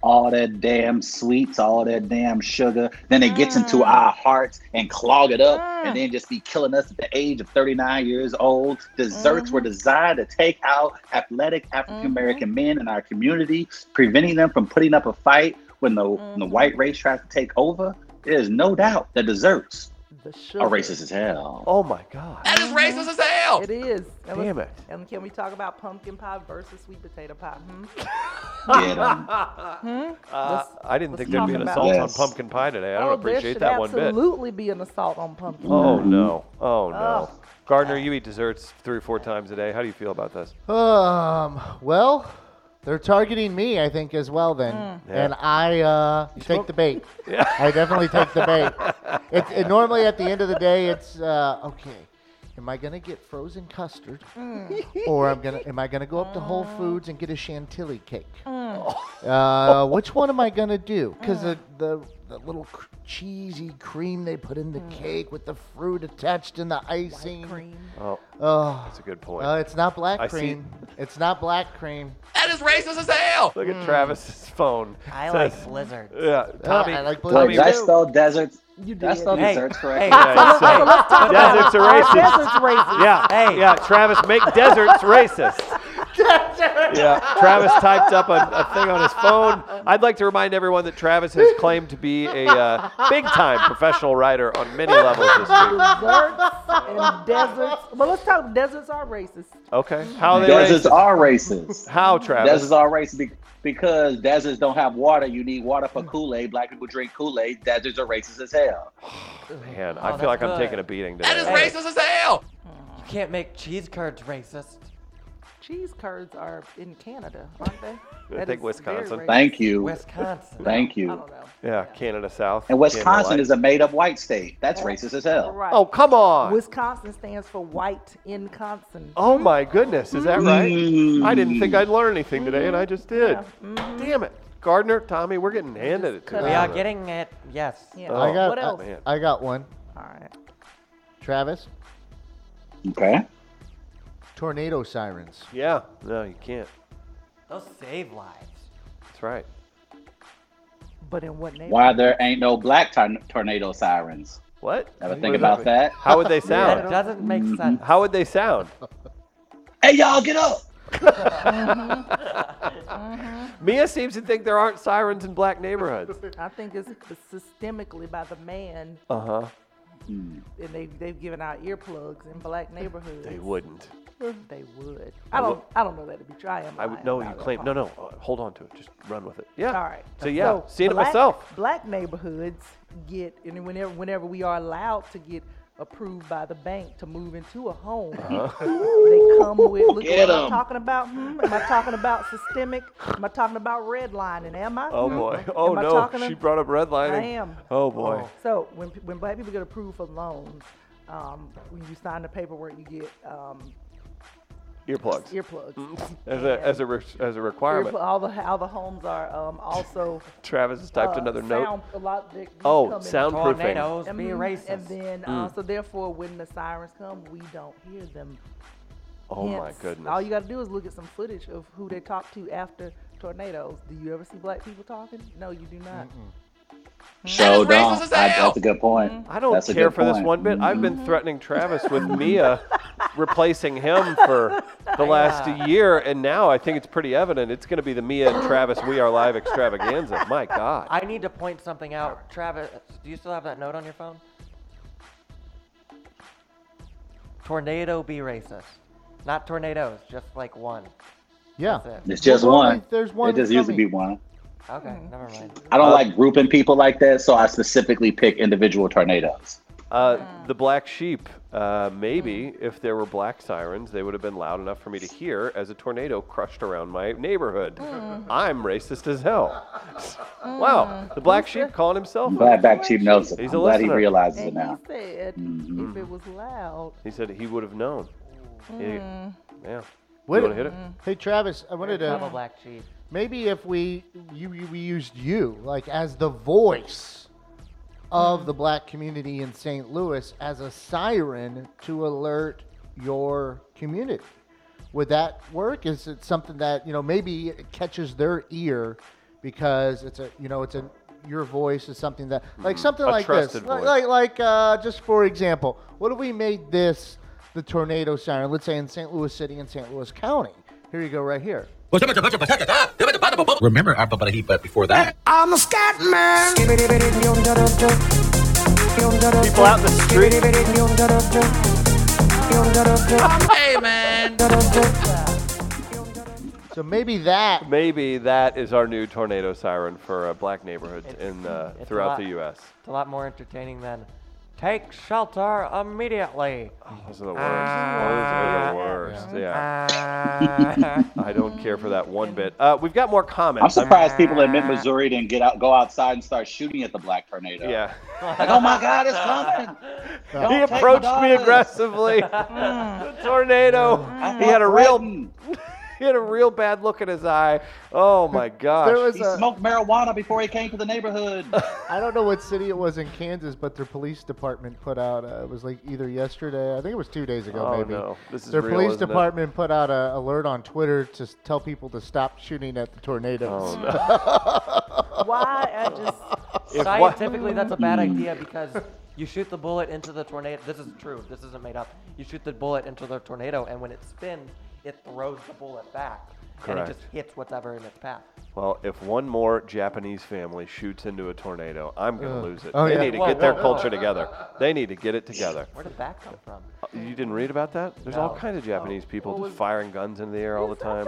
S3: All that damn sweets, all that damn sugar. Then it gets into our hearts and clog it up and then just be killing us at the age of 39 years old. Desserts were designed to take out athletic African American men in our community, preventing them from putting up a fight when the, when the white race tries to take over. There's no doubt that desserts
S4: The sugar.
S3: are racist as hell.
S1: Oh my God.
S8: That is racist as hell.
S4: Mm-hmm. It is. Now let's-
S1: Damn it.
S4: And can we talk about pumpkin pie versus sweet potato pie? Hmm?
S3: Get 'em.
S1: Uh,
S4: Let's-
S1: I didn't think there'd
S4: let's
S1: be
S4: talk
S1: an
S4: about
S1: assault on
S3: this.
S1: pumpkin pie today. I
S4: Oh,
S1: don't
S4: there
S1: appreciate
S4: should
S1: that one bit.
S4: Absolutely be an assault on pumpkin.
S1: Oh no. Oh no.
S4: Ugh.
S1: Gardner, you eat desserts three or four times a day. How do you feel about this?
S5: Um. Well, they're targeting me, I think, as well. Then,
S1: Yeah.
S5: and I uh, take the bait. I definitely take the bait. It, it normally at the end of the day, it's uh, okay. Am I gonna get frozen custard, or I'm gonna am I gonna go up to Whole Foods and get a chantilly cake? Uh, which one am I gonna do? Because the, the the little cr- cheesy cream they put in the cake with the fruit attached and the icing.
S4: Cream.
S1: Oh,
S5: Oh,
S1: that's a good point.
S5: uh, it's not black
S1: I see-
S5: cream. It's not black cream.
S8: That is racist as hell.
S1: Look
S4: Hmm.
S1: at Travis's phone.
S2: I
S1: Says-
S2: like Blizzard.
S1: Yeah, Tommy.
S5: I like
S1: Tommy,
S3: Wait,
S5: blizzards.
S3: that's still deserts.
S4: You did.
S3: That's still
S2: Hey,
S3: desserts, correct?
S2: hey,
S1: Yeah,
S4: Let's-
S1: so-
S4: so let's talk about
S1: Deserts are
S4: our
S1: racist.
S4: deserts racist.
S1: Yeah.
S2: Hey.
S1: Yeah. Travis, make deserts racist. Yeah, Travis typed up a, a thing on his phone. I'd like to remind everyone that Travis has claimed to be a uh, big-time professional writer on many levels this week.
S4: Deserts and deserts. Well, let's talk. Deserts are racist.
S1: Okay, how they
S3: Deserts
S1: racist?
S3: are racist.
S1: How Travis?
S3: Deserts are racist be- because deserts don't have water. You need water for Kool Aid. Black people drink Kool Aid. Deserts are racist as hell.
S1: Man,
S2: Oh,
S1: I feel like
S2: that's
S1: I'm
S2: good.
S1: taking a beating today.
S10: That is racist as hell.
S2: You can't make cheese curds racist.
S4: Cheese curds are in Canada, aren't they?
S1: I
S4: That
S1: think
S4: is very
S1: Wisconsin.
S4: racist.
S3: Thank you.
S2: Wisconsin.
S3: Thank
S4: I
S3: you.
S4: don't know.
S1: Yeah, Canada South.
S3: And Wisconsin is
S1: a.
S3: a made up white state. That's racist as hell.
S4: Right.
S1: Oh come on!
S4: Wisconsin stands for white in Consonant.
S1: Oh my goodness, is that right?
S3: Mm.
S1: I didn't think I'd learn anything today, and I just did.
S2: Mm-hmm.
S1: Damn it, Gardner, Tommy, we're getting handed it.
S4: cut
S1: today.
S2: We are getting it. Yes.
S4: Yeah.
S1: Oh,
S5: I got.
S4: what
S5: I-
S4: else?
S1: man.
S5: I, got one.
S4: All right.
S5: Travis,
S3: Okay.
S5: tornado sirens.
S1: Yeah, no, you can't.
S2: Those save lives.
S1: That's right.
S4: But in what name?
S3: Why there ain't no black tor- tornado sirens?
S1: What?
S3: Ever
S1: What
S3: think
S1: does
S3: about
S1: mean?
S3: that?
S1: How would they
S2: That
S1: sound? Mm-hmm.
S2: doesn't make sense.
S1: How would they sound?
S3: Hey, y'all, get up!
S1: Mia seems to think there aren't sirens in black neighborhoods.
S4: I think it's systemically by the man,
S1: Uh huh.
S4: and they they've given out earplugs in black neighborhoods.
S1: They wouldn't.
S4: They would. I don't. I don't know that to be true. I am.
S1: I would.
S4: lying
S1: No,
S4: about
S1: you
S4: that
S1: claim. No,
S4: part.
S1: no. uh, Hold on to it. Just run with it. Yeah.
S4: All right.
S1: So yeah, seen it
S4: black-
S1: myself.
S4: Black neighborhoods get, and whenever whenever we are allowed to get approved by the bank to move into a home,
S1: Uh-huh.
S4: they come with. Look
S3: Get
S4: at what I'm
S3: 'em.
S4: talking about. Hmm? Am I talking about systemic? Am I talking about redlining? Am I?
S1: Oh
S4: Hmm?
S1: boy.
S4: Am
S1: Oh
S4: I
S1: no.
S4: talking to-
S1: She brought up redlining.
S4: I am.
S1: Oh boy.
S4: So when pe- when black people get approved for loans, um, when you sign the paperwork, you get um,
S1: Earplugs.
S4: earplugs.
S1: Mm-hmm. As a as a re- as a requirement.
S4: Earpl- all the all the homes are um, also
S1: Travis has typed
S4: uh,
S1: another note.
S4: sound, A lot. They, they
S1: Oh,
S4: come in-
S1: soundproofing. Mm.
S2: Tornadoes be
S4: Mhm.
S2: racist.
S4: And then, uh, so therefore, when the sirens come, we don't hear them.
S1: Oh my
S4: Hence,
S1: goodness.
S4: All you got to do is look at some footage of who they talk to after tornadoes. Do you ever see black people talking? No, you do not.
S3: Show
S10: That is racist
S3: don't.
S10: as hell.
S3: I-
S10: Mm-hmm.
S3: that's a good point.
S1: I don't
S3: That's a
S1: care
S3: good
S1: for this
S3: point.
S1: one bit. I've been threatening Travis with Mia replacing him for the last year, and now I think it's pretty evident it's going to be the Mia and Travis We Are Live extravaganza. My God.
S2: I need to point something out. Travis, do you still have that note on your phone? Tornado be racist. Not tornadoes, just like one.
S5: Yeah.
S2: That's it.
S3: Mm-hmm. It's just
S5: Well,
S3: one.
S5: wait, there's one
S3: It just used to
S5: coming.
S3: be one.
S2: Okay, never mind.
S3: I don't like grouping people like that, so I specifically pick individual tornadoes.
S1: Uh, the black sheep. Uh, maybe if there were black sirens, they would have been loud enough for me to hear as a tornado crushed around my neighborhood. I'm racist as hell. Wow. The black sheep calling himself.
S3: I'm
S1: out.
S3: glad Back Chief knows it.
S1: He's a
S3: I'm glad he
S1: listener.
S3: realizes it
S4: And
S3: now.
S4: he said, if it was loud,
S1: He said he would have known. He- yeah.
S5: What-
S1: you
S5: Mm.
S1: want to hit it?
S5: Hey Travis, I wanted
S2: Double
S5: to
S2: black sheep.
S5: maybe if we you, you we used you like as the voice of the black community in St. Louis as a siren to alert your community. Would that work? Is it something that you know maybe it catches their ear because it's a you know it's a your voice is something that like something
S1: Mm-hmm. A
S5: like this
S1: trusted
S5: like
S1: voice.
S5: like, like uh, just for example, what if we made this the tornado siren? Let's say in St. Louis City and St. Louis County. Here you go, right here.
S11: Remember Abba Badahi, but before that.
S10: I'm the scat man.
S1: People out in the street.
S10: Hey man.
S5: So maybe that
S1: Maybe that is our new tornado siren for uh, black neighborhoods in uh,
S2: it's
S1: throughout
S2: a
S1: the
S2: lot.
S1: U.S.
S2: It's a lot more entertaining than take shelter immediately.
S1: Those are the worst. Those are the worst. Yeah.
S2: Ah.
S1: I don't care for that one bit. Uh, we've got more comments.
S3: I'm surprised people
S1: Ah.
S3: in mid Missouri didn't get out, go outside and start shooting at the black tornado.
S1: yeah.
S3: Like, oh my God, it's coming. Don't
S1: he
S3: take my
S1: approached me
S3: daughters.
S1: aggressively.
S2: Mm.
S1: the tornado.
S3: I
S1: He
S3: feel
S1: had a real.
S3: threatened.
S1: He had a real bad look in his eye. Oh my gosh.
S5: there was
S3: He
S5: a,
S3: smoked marijuana before he came to the neighborhood.
S5: I don't know what city it was in Kansas, but their police department put out uh, it was like either yesterday, I think it was two days ago,
S1: Oh,
S5: maybe.
S1: no. This is
S5: their
S1: real,
S5: police
S1: isn't it?
S5: department put out an alert on Twitter to s- tell people to stop shooting at the
S1: Oh,
S5: tornadoes.
S4: why? I just.
S2: Scientifically, that's a bad
S1: Hmm.
S2: idea because you shoot the bullet into the tornado. This is true. This isn't made up. You shoot the bullet into the tornado, and when it spins, it throws the bullet back. And
S1: Correct.
S2: it just hits whatever in its path.
S1: Well, if one more Japanese family shoots into a tornado, I'm going
S2: Ugh.
S1: to lose it.
S2: Oh,
S1: they
S2: yeah.
S1: need to
S2: Whoa,
S1: get their
S2: whoa, whoa.
S1: culture together. They need to get it together.
S2: Where did that come from?
S1: Uh, You didn't read about that? There's all
S2: No.
S1: kinds of Japanese people
S2: Well,
S1: just firing guns in the air all the time.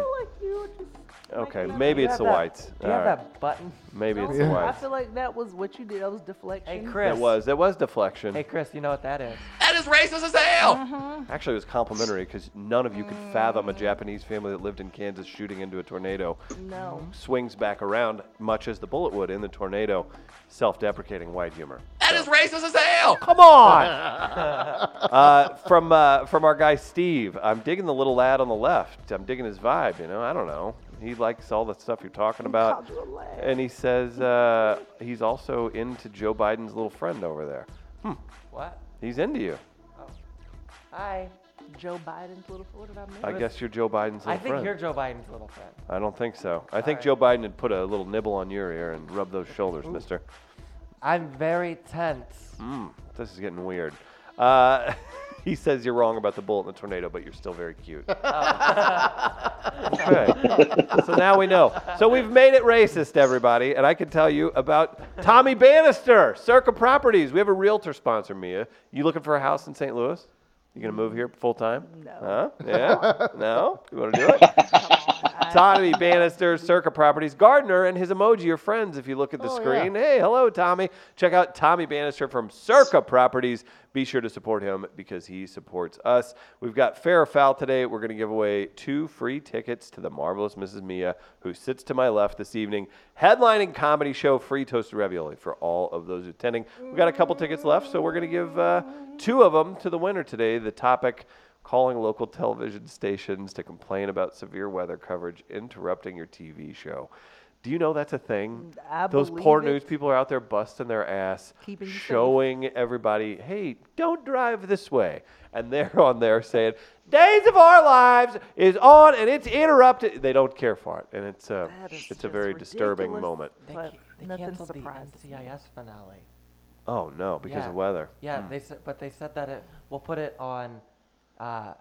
S1: okay,
S4: Like,
S1: maybe
S4: you
S1: it's
S4: have
S1: the
S4: that-
S1: whites.
S4: you have
S1: All right.
S4: that
S2: button?
S1: Maybe it's the
S4: No, I
S1: whites.
S4: feel like that was what you did. That was deflection.
S2: Hey, Chris.
S1: It was. It was deflection.
S2: Hey, Chris, you know what that is?
S10: That is racist as hell.
S1: Actually, it was complimentary because none of you could fathom a Japanese family that lived in Kansas shooting into a tornado.
S4: No.
S1: Swings back around, much as the bullet would in the tornado. Self deprecating white humor.
S10: That is racist as hell.
S1: Come on. uh, from uh, from our guy Steve, I'm digging the little lad on the left. I'm digging his vibe. You know, I don't know. He likes all the stuff you're talking about, and he says uh, he's also into Joe Biden's little friend over there. Hmm.
S2: What?
S1: He's into you.
S2: Hi.
S4: Joe Biden's little. What did I miss?
S1: I guess you're Joe Biden's little
S2: I think
S1: friend.
S2: you're Joe Biden's little friend.
S1: I don't think so. I think Joe Biden had put a little nibble on your ear and rubbed those shoulders,
S2: Ooh.
S1: Mister.
S2: I'm very tense.
S4: Hmm.
S1: Mm, this is getting weird. Uh, he says you're wrong about the bullet and the tornado, but you're still very cute. okay. So now we know. So we've made it racist, everybody. And I can tell you about Tommy Bannister, Circa Properties. We have a realtor sponsor, Mia. You looking for a house in St. Louis? You gonna move here full time? No. Huh? Yeah. no. You want to do it? Tommy Bannister, Circa Properties, Gardner, and his emoji are friends. If you look at the
S12: Oh, yeah.
S1: screen, Hey, hello, Tommy. Check out Tommy Bannister from Circa Properties. Be sure to support him because he supports us. We've got Fair or Foul today. We're going to give away two free tickets to the marvelous Mrs. Mia, who sits to my left this evening, headlining comedy show Free Toasted Ravioli for all of those attending. We've got a couple tickets left, so we're going to give uh, two of them to the winner today. The topic calling local television stations to complain about severe weather coverage interrupting your TV show. Do you know that's a thing?
S4: I
S1: Those
S4: believe
S1: poor
S4: it.
S1: news people are out there busting their ass,
S4: Keeping you safe.
S1: showing everybody, hey, don't drive this way. And they're on there saying, Days of Our Lives is on and it's interrupted. They don't care for it. And it's a, it's a very disturbing moment.
S2: But
S4: nothing
S2: canceled the
S4: surprises
S2: NCIS finale.
S1: Oh, no, because
S2: Yeah.
S1: of weather.
S2: Yeah, they said, but they said that it, we'll put it on uh,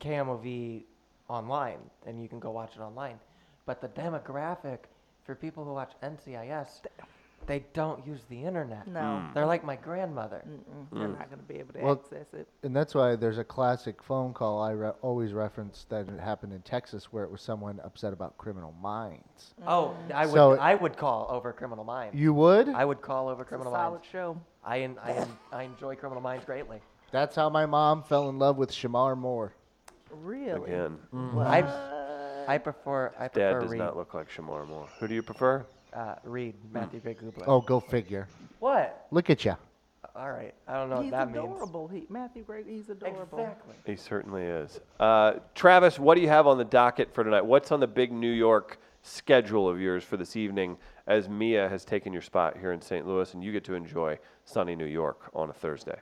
S2: KMOV online, and you can go watch it online. But the demographic for people who watch NCIS, they don't use the internet.
S4: No.
S1: Hmm.
S4: Mm.
S2: they're like my grandmother.
S4: They're Mm. not gonna be able to access it.
S5: And that's why there's a classic phone call I re- always reference that it happened in Texas where it was someone upset about criminal minds.
S2: Oh, I would
S5: So-
S2: I would call over Criminal Minds.
S5: You would?
S2: I would call over Criminal
S4: solid
S2: Minds.
S4: show.
S2: I en- I, en- I enjoy Criminal Minds greatly.
S5: That's how my mom fell in love with Shamar Moore.
S4: Really? Mm.
S1: Again.
S2: I I prefer I
S1: Dad
S2: prefer
S1: does
S2: Reed.
S1: not look Hmm. like Shamar Moore. Who do you prefer?
S2: Uh, Reed Matthew Big Goobler.
S5: Oh, go figure.
S2: What?
S5: Look at ya.
S2: All right. I don't know
S4: he's
S2: what that means.
S4: adorable. He, Matthew Gray, he's adorable. Exactly.
S1: He certainly is. Uh, Travis, what do you have on the docket for tonight? What's on the big New York schedule of yours for this evening as Mia has taken your spot here in St. Louis and you get to enjoy sunny New York on a Thursday?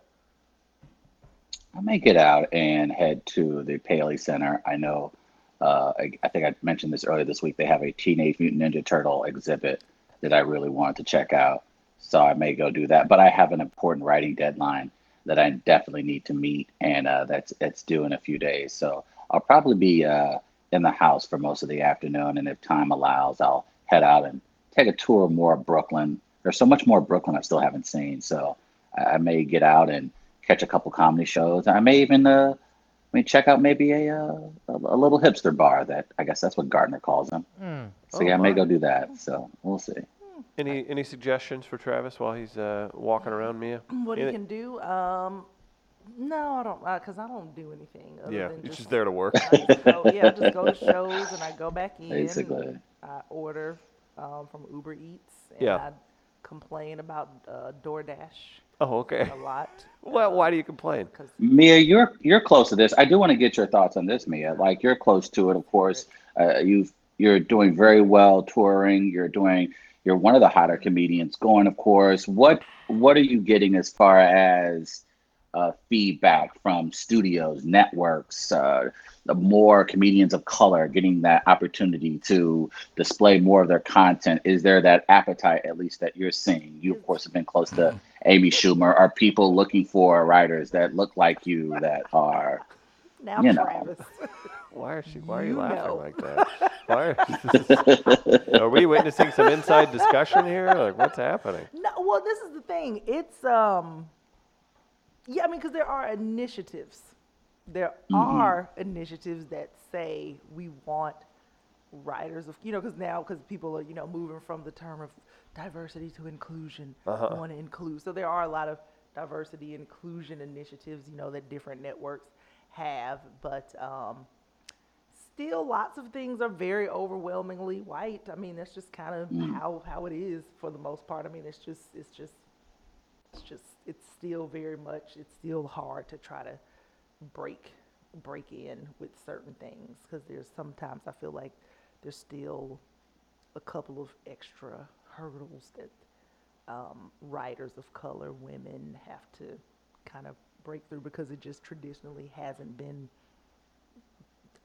S3: I may get out and head to the Paley Center. I know, uh, I, I think I mentioned this earlier this week. They have a Teenage Mutant Ninja Turtle exhibit that I really want to check out. So I may go do that. But I have an important writing deadline that I definitely need to meet, and uh, that's that's due in a few days. So I'll probably be uh, in the house for most of the afternoon, and if time allows, I'll head out and take a tour more of Brooklyn. There's so much more of Brooklyn I still haven't seen. So I, I may get out and catch a couple comedy shows. I may even uh, I mean check out maybe a, uh, a a little hipster bar that I guess that's what Gardner calls them. So yeah, I may go do that. So we'll see.
S1: Any any suggestions for Travis while he's uh, walking around, Mia?
S4: What he
S1: Any-
S4: can do? Um, no, I don't, because I don't do anything. Other
S1: Yeah,
S4: than
S1: he's just there to work.
S4: I just go, yeah, I just go to shows and I go back in. and
S1: Basically.
S4: I order um, from Uber Eats. And
S1: Yeah.
S4: I complain about uh, DoorDash.
S1: Oh, okay.
S4: A lot.
S1: Well, why do you complain?
S3: Mia, you're you're close to this. I do want to get your thoughts on this, Mia. Like you're close to it, of course. Uh, you you're doing very well touring. You're doing you're one of the hotter comedians going, of course. What what are you getting as far as uh, feedback from studios, networks, uh, the more comedians of color getting that opportunity to display more of their content? Is there that appetite, at least, that you're seeing? You, of course, have been close to Amy Schumer. Are people looking for writers that look like you that are,
S4: Now
S3: you know,
S4: Travis.
S1: Why are she? Why are you,
S4: You
S1: laughing
S4: know.
S1: like that? Why are, are we witnessing some inside discussion here? Like, what's happening?
S4: No, well, this is the thing. It's um, yeah, I mean, because there are initiatives. There
S12: Mhm.
S4: are initiatives that say we want writers of you know because now because people are you know moving from the term of diversity to inclusion
S12: Uh-huh.
S4: want to include so there are a lot of diversity inclusion initiatives you know that different networks have but um, still lots of things are very overwhelmingly white. I mean, that's just kind of
S12: Mm.
S4: how how it is for the most part. I mean, it's just it's just it's just it's still very much it's still hard to try to break break in with certain things because there's sometimes I feel like there's still a couple of extra hurdles that um, writers of color women have to kind of break through because it just traditionally hasn't been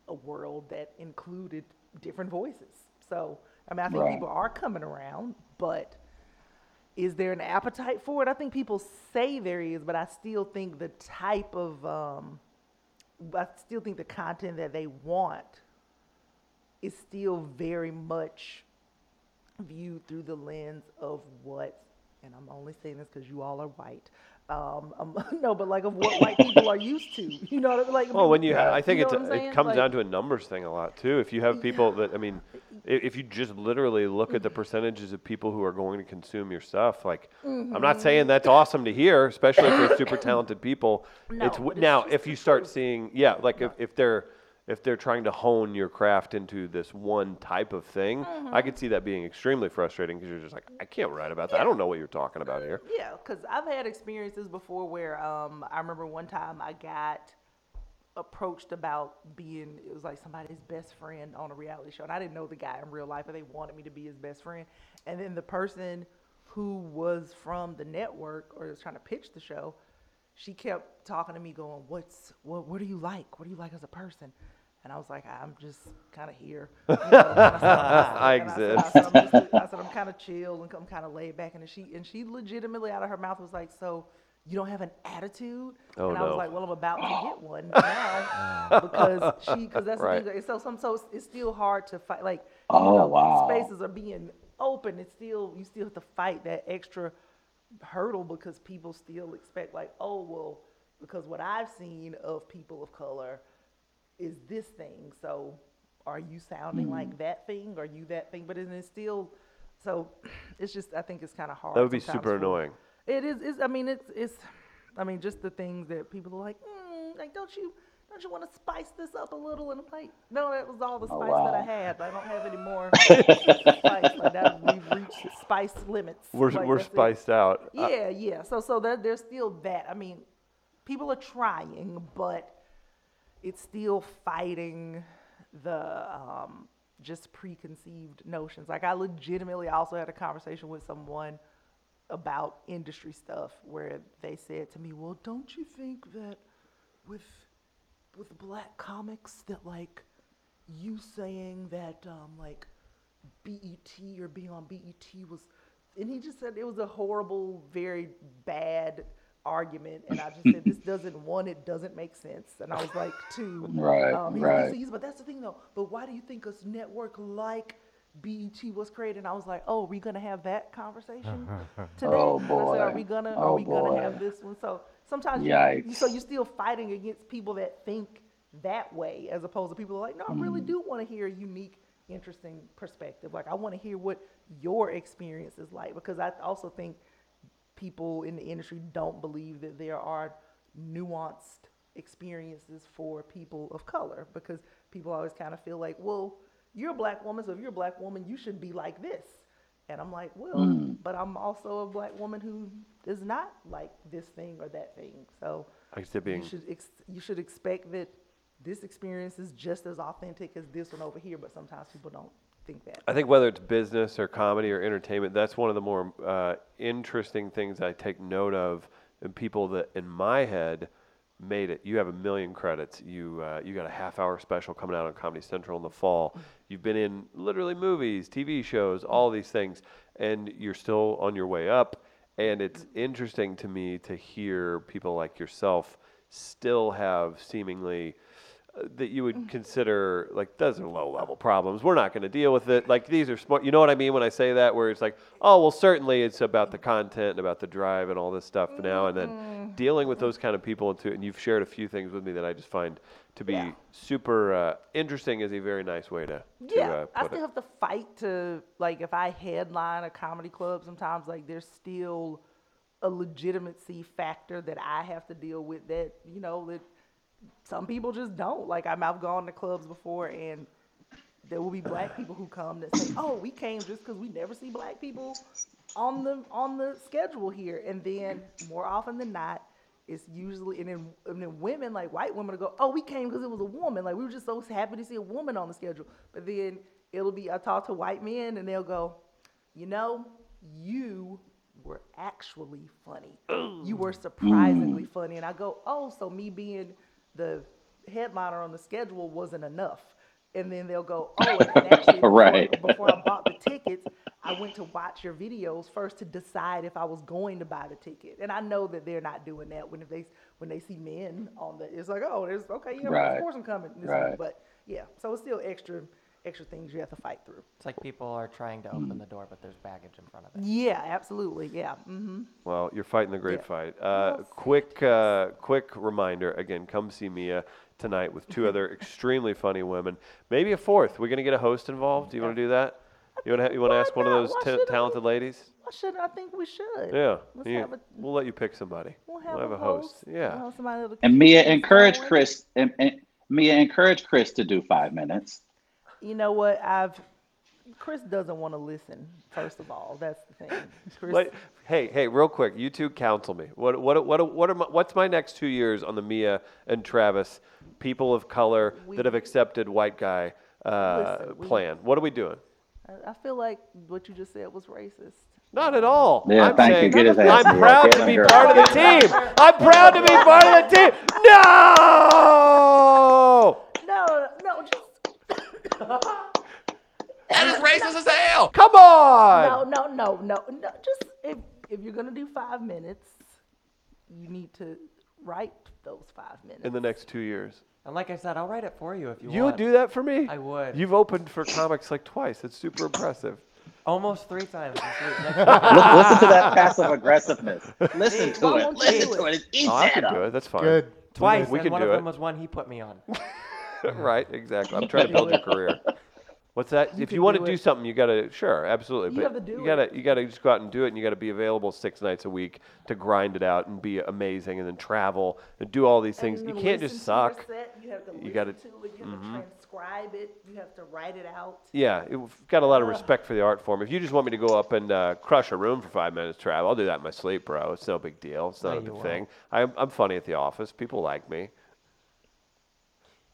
S4: a world that included different voices. So, I mean, I think
S12: Right.
S4: people are coming around, but is there an appetite for it? I think people say there is, but I still think the type of, um, I still think the content that they want is still very much viewed through the lens of what, and I'm only saying this because you all are white. Um, um, no, but like of what white people are used to, you know, what I mean? like.
S1: Well, when you, ha- I think
S4: you know
S1: it's,
S4: what I'm
S1: it
S4: saying?
S1: comes
S4: Like-
S1: down to a numbers thing a lot too. If you have people that, I mean, i- if you just literally look
S4: Mm-hmm.
S1: at the percentages of people who are going to consume your stuff, like, I'm not
S4: Mm-hmm.
S13: Mhm.
S1: saying that's awesome to hear, especially if they're super talented people.
S13: No,
S1: it's w-
S13: but it's
S1: now if you start seeing, yeah, like if, if they're if they're trying to hone your craft into this one type of thing,
S4: Mm-hmm.
S1: I could see that being extremely frustrating because you're just like, I can't write about that. I don't know what you're talking about here.
S4: Yeah, because I've had experiences before where um, I remember one time I got approached about being it was like somebody's best friend on a reality show, and I didn't know the guy in real life, but they wanted me to be his best friend, and then the person who was from the network or was trying to pitch the show, she kept talking to me, going, "What's what? What do you like? What do you like as a person?" And I was like, "I'm just kind of here." you know, and I said,
S1: I
S4: and said-
S1: exist.
S4: I said, "I'm just I said I'm kind of chill and I'm kind of laid back, and she and she legitimately out of her mouth was like, "So you don't have an attitude?"
S1: Oh,
S4: and I was
S1: no.
S4: like, "Well, I'm about to get one now because she because that's
S1: Right.
S4: the thing. So some so it's- it's still hard to fight. Like you
S3: Oh,
S4: know,
S3: wow.
S4: spaces are being open. It's still you still have to fight that extra hurdle because people still expect like, oh well, because what I've seen of people of color is this thing. So are you sounding
S12: Mhm.
S1: Mm.
S4: like that thing? Are you that thing? But then it's still so it's just I think it's kind of hard.
S1: That would be
S4: sometimes
S1: super
S4: for-
S1: annoying.
S4: It is. It's, I mean, it's it's. I mean, just the things that people are like, mm, like don't you don't you want to spice this up a little? And I'm like, no, that was all the
S12: Oh,
S4: spice that I
S12: wow.
S4: had. I don't have any more spice. Like that, we've reached spice limits.
S1: We're
S4: Like,
S1: we're
S4: that's it.
S1: spiced out. I-
S4: Yeah, yeah. So so that there's still that. I mean, people are trying, but it's still fighting the um, just preconceived notions. Like I legitimately also had a conversation with someone about industry stuff where they said to me, "Well, don't you think that with with black comics that like you saying that um, like BET E or being on BET was, and he just said it was a horrible, very bad argument. And I just said, this doesn't, one, it doesn't make sense. And I was like, two,
S12: Right,
S4: um, he was like,
S12: right.
S4: "So he's- but that's the thing though, but why do you think a network like BET was created? And I was like, oh, are we going to have that conversation? today.
S12: Oh,
S4: And I said, are
S12: boy.
S4: we gonna
S12: Oh,
S4: are we gonna have
S12: boy.
S4: this one? So sometimes you- you,
S12: Yikes.
S4: so you're still fighting against people that think that way as opposed to people who are like, no, I really do want to hear a unique, interesting perspective. Like I want to hear what your experience is like because I also think people in the industry don't believe that there are nuanced experiences for people of color because people always kind of feel like, well, you're a black woman, so if you're a black woman, you should be like this. And I'm like, well,
S12: Mm.
S4: but I'm also a black woman who is not like this thing or that thing. So
S1: I see it being-
S4: you should ex- you should expect that this experience is just as authentic as this one over here. But sometimes people don't think that.
S1: I think whether it's business or comedy or entertainment, that's one of the more uh, interesting things I take note of in people that, in my head, made it. You have a million credits. You uh, you got a half hour special coming out on Comedy Central in the fall. You've been in literally movies, TV shows, all these things, and you're still on your way up. And it's interesting to me to hear people like yourself still have seemingly that you
S4: Mm.
S1: would consider like those are low level problems. We're not going to deal with it. Like these are smart. You know what I mean when I say that? Where it's like, oh well, certainly it's about the content and about the drive and all this stuff now and
S4: Mm-hmm.
S1: then dealing with those kind of people into and you've shared a few things with me that I just find to be super uh, interesting is a very nice way to, to
S4: yeah,
S1: uh,
S4: I
S1: put
S4: still
S1: it.
S4: have to fight to like if I headline a comedy club sometimes like there's still a legitimacy factor that I have to deal with that you know that some people just don't like I'm, I've gone to clubs before and there will be black people who come that say oh we came just because we never see black people on the on the schedule here and then more often than not it's usually and then and then women like white women will go oh we came because it was a woman like we were just so happy to see a woman on the schedule but then it'll be I talk to white men and they'll go you know you were actually funny you were surprisingly funny and I go oh so me being the headliner on the schedule wasn't enough and then they'll go oh and actually before-
S3: Right.
S4: before I bought the tickets, I went to watch your videos first to decide if I was going to buy the ticket. And I know that they're not doing that when if they when they see men on the it's like, oh, there's okay, yeah,
S2: Right.
S4: of course I'm coming. This
S2: Right.
S4: week. But yeah, so it's still extra extra things you have to fight through.
S2: It's like people are trying to open the door, but there's baggage in front of it.
S4: Yeah, absolutely. Yeah. hmm
S1: Well, you're fighting the great fight. Uh, quick, uh, quick reminder again. Come see Mia tonight with two other extremely funny women. Maybe a fourth. We're gonna get a host involved. Do you want to do that? You want to you want to ask one of those
S4: Why
S1: ta-
S4: shouldn't
S1: talented ladies?
S4: Why shouldn't I think we should?
S1: Yeah.
S4: Let's
S1: You-
S4: have a
S1: we'll let you pick somebody.
S4: we'll have, a Uh-huh.
S1: host.
S4: we'll
S1: Yeah.
S4: have somebody that'll
S3: And
S4: keep
S3: Mia
S4: things
S3: encourage
S4: going.
S3: Chris and, and Mia encourage Chris to do five minutes.
S4: You know what? I've Chris doesn't want to listen, first of all. That's the thing. Chris
S1: Like, hey, hey, real quick. You two counsel me. What, what, what, what are my, what's my next two years on the Mia and Travis people of color that have accepted white guy uh,
S4: Listen, we-
S1: plan? What are we doing?
S4: I, I feel like what you just said was racist.
S1: Not at all.
S3: Yeah,
S1: I'm
S3: thank you.
S1: saying,
S3: Get his ass
S1: I'm
S3: in here.
S1: proud
S3: Get
S1: to
S3: him,
S1: be
S3: girl.
S1: part of the team. I'm proud to be part of the team. No!
S4: No, no, just
S10: That is racist as hell.
S1: Come
S4: no,
S1: on!
S4: no, no, no, no. Just if if you're gonna do five minutes, you need to write those five minutes.
S1: In the next two years.
S2: And like I said, I'll write it for you if you
S1: You would
S2: want.
S1: do that for me?
S2: I would.
S1: You've opened for comics like twice. It's super impressive.
S2: Almost three times. this week. Next
S3: Li-
S2: week.
S3: listen to that passive aggressiveness. Listen
S2: Jeez,
S3: to
S2: why
S3: it.
S2: won't you
S3: Listen
S2: do
S3: to
S2: it?
S3: it. It's easy.
S1: Oh, I can do it. That's fine.
S5: Good.
S2: Twice.
S1: We
S2: and
S1: can
S2: uh, one
S1: do
S2: of
S1: it.
S2: them was one he put me on.
S1: right, exactly. I'm trying to build your career. What's that? if you want to do something, you gotta sure, absolutely.
S4: You
S1: but
S4: have to do
S1: you gotta you gotta just go out and do it, and you gotta be available six nights a week to grind it out and be amazing, and then travel and do all these things.
S4: And
S1: You
S4: then
S1: can't
S4: listen
S1: just
S4: to your
S1: suck.
S4: set, You have to
S1: You
S4: listen
S1: gotta- Mm-hmm.
S4: to it. You have to transcribe it. You have to write it out.
S1: Yeah, it- we've got a lot of respect for the art form. If you just want me to go up and uh, crush a room for five minutes, Trav, I'll do that in my sleep, bro. It's no big deal. It's not a
S2: No, you
S1: big
S2: won't.
S1: thing. I'm, I'm funny at the office. People like me.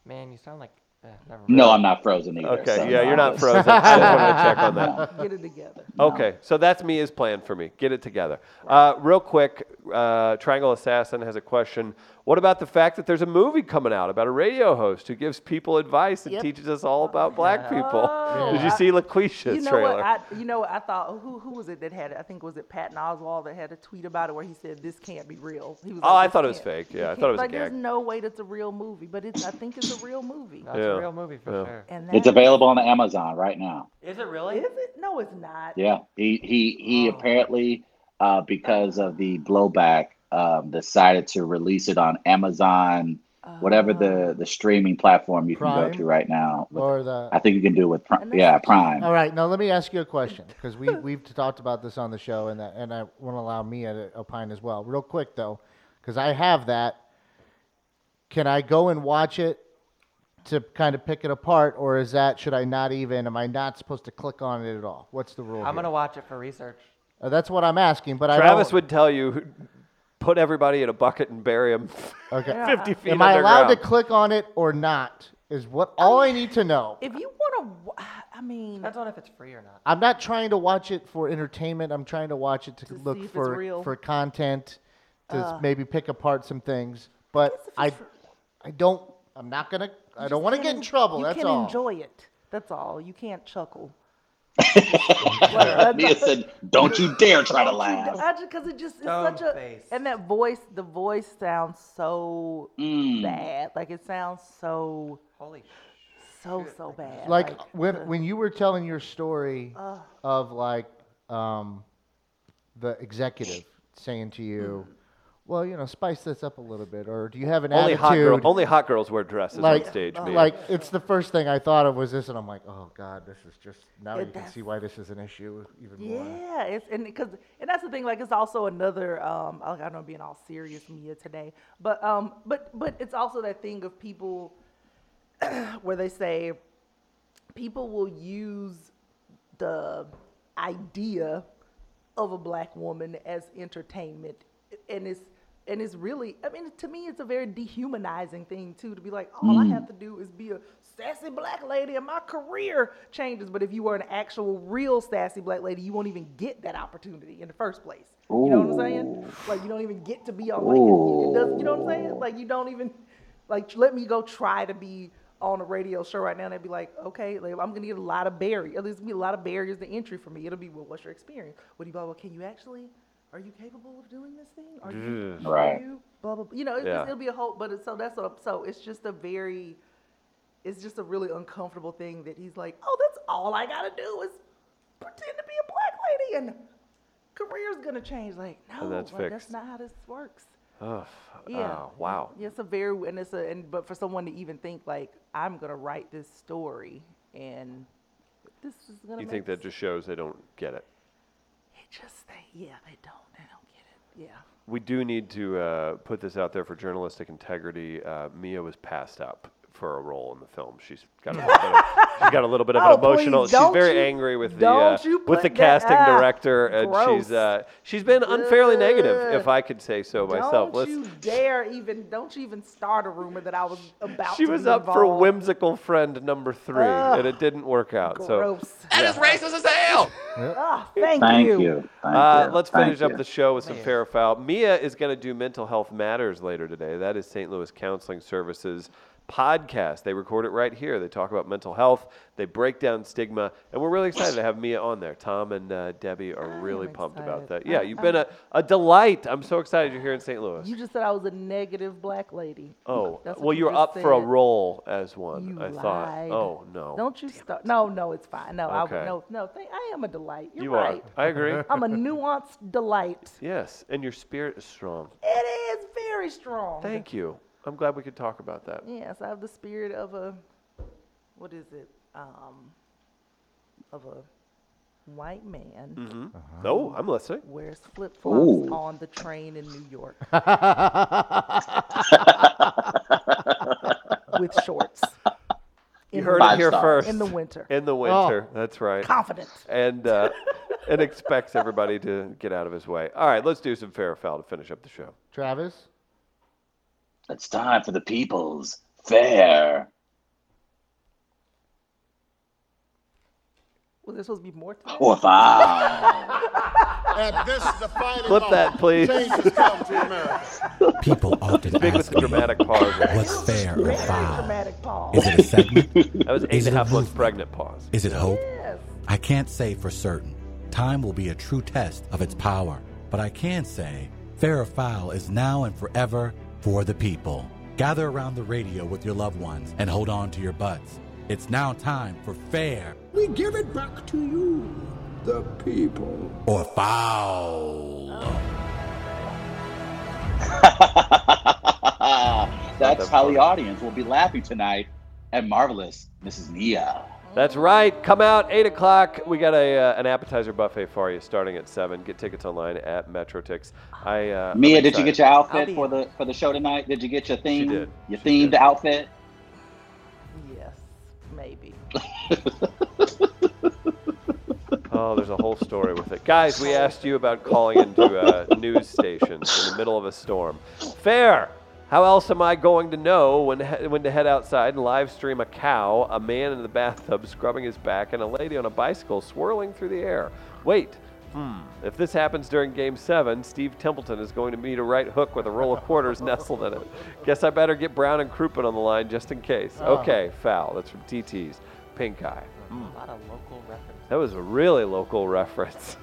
S2: Man, you sound like. eh, never mind.
S3: No, I'm not frozen either.
S1: Okay,
S3: so
S1: yeah,
S3: no,
S1: you're not
S3: it's-
S1: frozen. I just wanted to check on that.
S4: Get it together.
S1: Okay, so that's Mia's plan for me. Get it together. Uh, real quick, uh, Triangle Assassin has a question. What about the fact that there's a movie coming out about a radio host who gives people advice and
S4: Yep.
S1: teaches us all about black people?
S4: Oh,
S1: Did you
S4: I-
S1: see LaQuisha's
S4: you know
S1: trailer?
S4: What? I, you know what? I thought oh, who who was it that had it? I think was it Patton Oswald that had a tweet about it where he said this can't be real. He was
S1: Oh,
S4: like,
S1: I
S4: "This
S1: thought it was
S4: can't-
S1: fake.
S4: you
S1: Yeah, I
S4: can't-"
S1: thought it was a
S4: like
S1: gag.
S4: there's no way that's a real movie, but it's I think it's a real movie.
S2: That's
S1: Yeah.
S2: a real movie for
S1: Yeah.
S2: sure.
S4: And
S3: It's
S4: that-
S3: available on Amazon right now.
S2: Is it really?
S4: Is it? No, it's not.
S3: Yeah, he he he apparently uh, because of the blowback um, decided to release it on Amazon, whatever
S4: Uh,
S3: the the streaming platform you can
S5: Prime?
S3: go to right now.
S5: Or the
S3: I think you can do it with Prime. Yeah, Prime.
S5: All right, now let me ask you a question because we we've talked about this on the show, and that, and I want to allow Mia to opine as well. Real quick though, because I have that. Can I go and watch it to kind of pick it apart, or is that should I not even? Am I not supposed to click on it at all? What's the rule?
S2: I'm
S5: here?
S2: gonna watch it for research.
S5: Uh, that's what I'm asking, but I
S1: Travis
S5: don't-
S1: would tell you, put everybody in a bucket and bury them
S5: Okay.
S1: 50 feet
S5: Am I allowed
S1: underground.
S5: to click on it or not? Is what all I need to know.
S4: If you want to, I mean,
S2: Depends on if it's free or not.
S5: I'm not trying to watch it for entertainment. I'm trying to watch it to,
S4: see
S5: look
S4: if it's
S5: for
S4: real.
S5: for content to s- maybe pick apart some things. But I, I don't. I'm not gonna. I don't want to get in trouble.
S4: you
S5: that's
S4: can
S5: all.
S4: enjoy it. That's all. You can't chuckle.
S3: Mia said, "Don't you dare try to laugh."
S4: because it just it's such a and that voice, the voice sounds so bad. Like it sounds so
S2: holy,
S4: so so bad.
S5: like when when you were telling your story
S4: Ugh.
S5: of like um, the executive saying to
S4: Mm-hmm.
S5: you, "Well, you know, spice this up a little bit," or "Do you have an
S1: Only
S5: attitude?"
S1: hot girl, only hot girls wear dresses
S5: like,
S1: on stage. Mia.
S5: like it's the first thing I thought of was this, and I'm like, "Oh God, this is just now
S4: Yeah,
S5: you can
S4: that's-
S5: see why this is an issue even more."
S4: Yeah, it's and because and that's the thing. Like it's also another. Um, I don't know, being all serious Mia today, but um, but but it's also that thing of people where they say people will use the idea of a black woman as entertainment, and it's and it's really. I mean, to me, it's a very dehumanizing thing too to be like, all I
S12: Mm.
S4: have to do is be a sassy black lady and my career changes. But if you were an actual real sassy black lady, you won't even get that opportunity in the first place. You know what I'm saying? Like you don't even get to be on like it, it does, you know what I'm saying? Like you don't even like let me go try to be on a radio show right now and they'd be like, okay, like, I'm gonna get a lot of barriers. There's gonna be a lot of barriers to entry for me. It'll be well, what's your experience? What do you blah blah? Can you actually? Are you capable of doing this thing? Are you?
S12: Mm. Right.
S4: Are you blah blah. blah. You know, it's,
S12: Yeah.
S4: it'll be a whole. But it's, so that's what. I'm, so it's just a very it's just a really uncomfortable thing that he's like, oh, that's all I gotta do is pretend to be a black lady and career's gonna change. Like, no,
S1: And that's
S4: like, that's
S1: fixed.
S4: not how this works.
S1: Ugh,
S4: Yeah.
S1: oh, wow.
S4: Yeah, it's a very and it's a and but for someone to even think like, I'm gonna write this story and this is gonna
S1: You
S4: make
S1: think that just shows they don't get it?
S4: it just they yeah, they don't they don't get it. Yeah.
S1: We do need to uh, put this out there for journalistic integrity. Uh, Mia was passed up for a role in the film. She's got a little bit of, she's got a little bit of
S12: Oh,
S1: an emotional.
S12: please,
S1: she's
S12: don't
S1: very
S12: you-
S1: angry with the
S12: don't
S1: uh,
S12: you
S1: with
S12: put
S1: the
S12: that-
S1: casting
S12: ah,
S1: director, and she's
S12: gross.
S1: uh, she's been unfairly negative, if
S4: Ugh.
S1: I could say so myself.
S4: Don't you dare even don't you even start a rumor that I was about
S1: she
S4: to
S1: was
S4: be
S1: up for
S4: involved.
S1: whimsical friend number three, and it didn't work out.
S4: Gross.
S1: So
S10: That is racist as hell.
S4: Ah, thank, you.
S1: Uh, let's
S12: Thank
S1: finish
S12: you.
S1: up the show with some
S12: Man.
S1: fair foul. Mia is going to do Mental Health Matters later today. That is St. Louis Counseling Services podcast. They record it right here. They talk about mental health. They break down stigma, and we're really excited to have Mia on there. Tom and uh, Debbie are really pumped about that. Yeah, you've been a, a delight. I'm so excited you're here in St. Louis.
S4: You just said I was a negative black lady.
S1: oh,
S4: That's what
S1: well, you were
S4: just
S1: up for a
S4: said.
S1: role as one.
S4: You
S1: I
S4: lied.
S1: thought. Oh no.
S4: Don't you start. No, no, it's fine. No,
S1: Okay.
S4: I no no. Th- I am a delight. You're
S1: You are.
S4: right.
S1: I agree.
S4: I'm a nuanced delight.
S1: Yes, and your spirit is strong.
S4: It is very strong.
S1: Thank you. I'm glad we could talk about that.
S4: Yes, I have the spirit of a. What is it? Um, of a white man.
S1: Mm-hmm. Oh, I'm listening.
S4: Where's flip flops
S1: Ooh.
S4: on the train in New York? With shorts.
S1: You
S4: In
S1: heard
S4: the-
S1: it here first.
S4: In the winter.
S1: In the winter. That's right.
S4: Confident.
S1: And uh, and expects everybody to get out of his way. All right, let's do some fair or foul to finish up the show.
S5: Travis,
S3: It's time for the people's fair.
S4: Was there supposed to be more to
S3: Or foul.
S12: At this defining
S1: Clip that, please.
S6: People often
S1: Big with
S6: ask
S1: the dramatic pause.
S6: what's fair or foul.
S4: dramatic pause.
S6: Is it a segment?
S1: That was eight
S6: Is
S1: and a
S6: it a
S1: half months
S6: movement?
S1: pregnant pause.
S6: Is it hope?
S4: Yes.
S6: I can't say for certain. Time will be a true test of its power. But I can say fair or foul is now and forever for the people. Gather around the radio with your loved ones and hold on to your butts. It's now time for fair
S12: We give it back to you, the people.
S6: or foul.
S3: That's how the audience will be laughing tonight at marvelous Mrs. Mia.
S1: That's right. Come out eight o'clock. We got a uh, an appetizer buffet for you starting at seven. Get tickets online at MetroTix. I uh,
S3: Mia, did you get your outfit for the for the show tonight? Did you get your theme?
S1: did.
S3: Your themed outfit?
S4: Yes, maybe.
S1: Oh, there's a whole story with it. Guys, we asked you about calling into uh, news stations in the middle of a storm. Fair. How else am I going to know when he- when to head outside and live stream a cow, a man in the bathtub scrubbing his back, and a lady on a bicycle swirling through the air? Wait. Hmm. If this happens during Game Seven, Steve Templeton is going to meet a right hook with a roll of quarters nestled in it. Guess I better get Brown and Crouppen on the line just in case.
S12: Oh.
S1: Okay, foul. That's from TT's. Pink eye. Mm.
S2: A lot of local references.
S1: That was a really local reference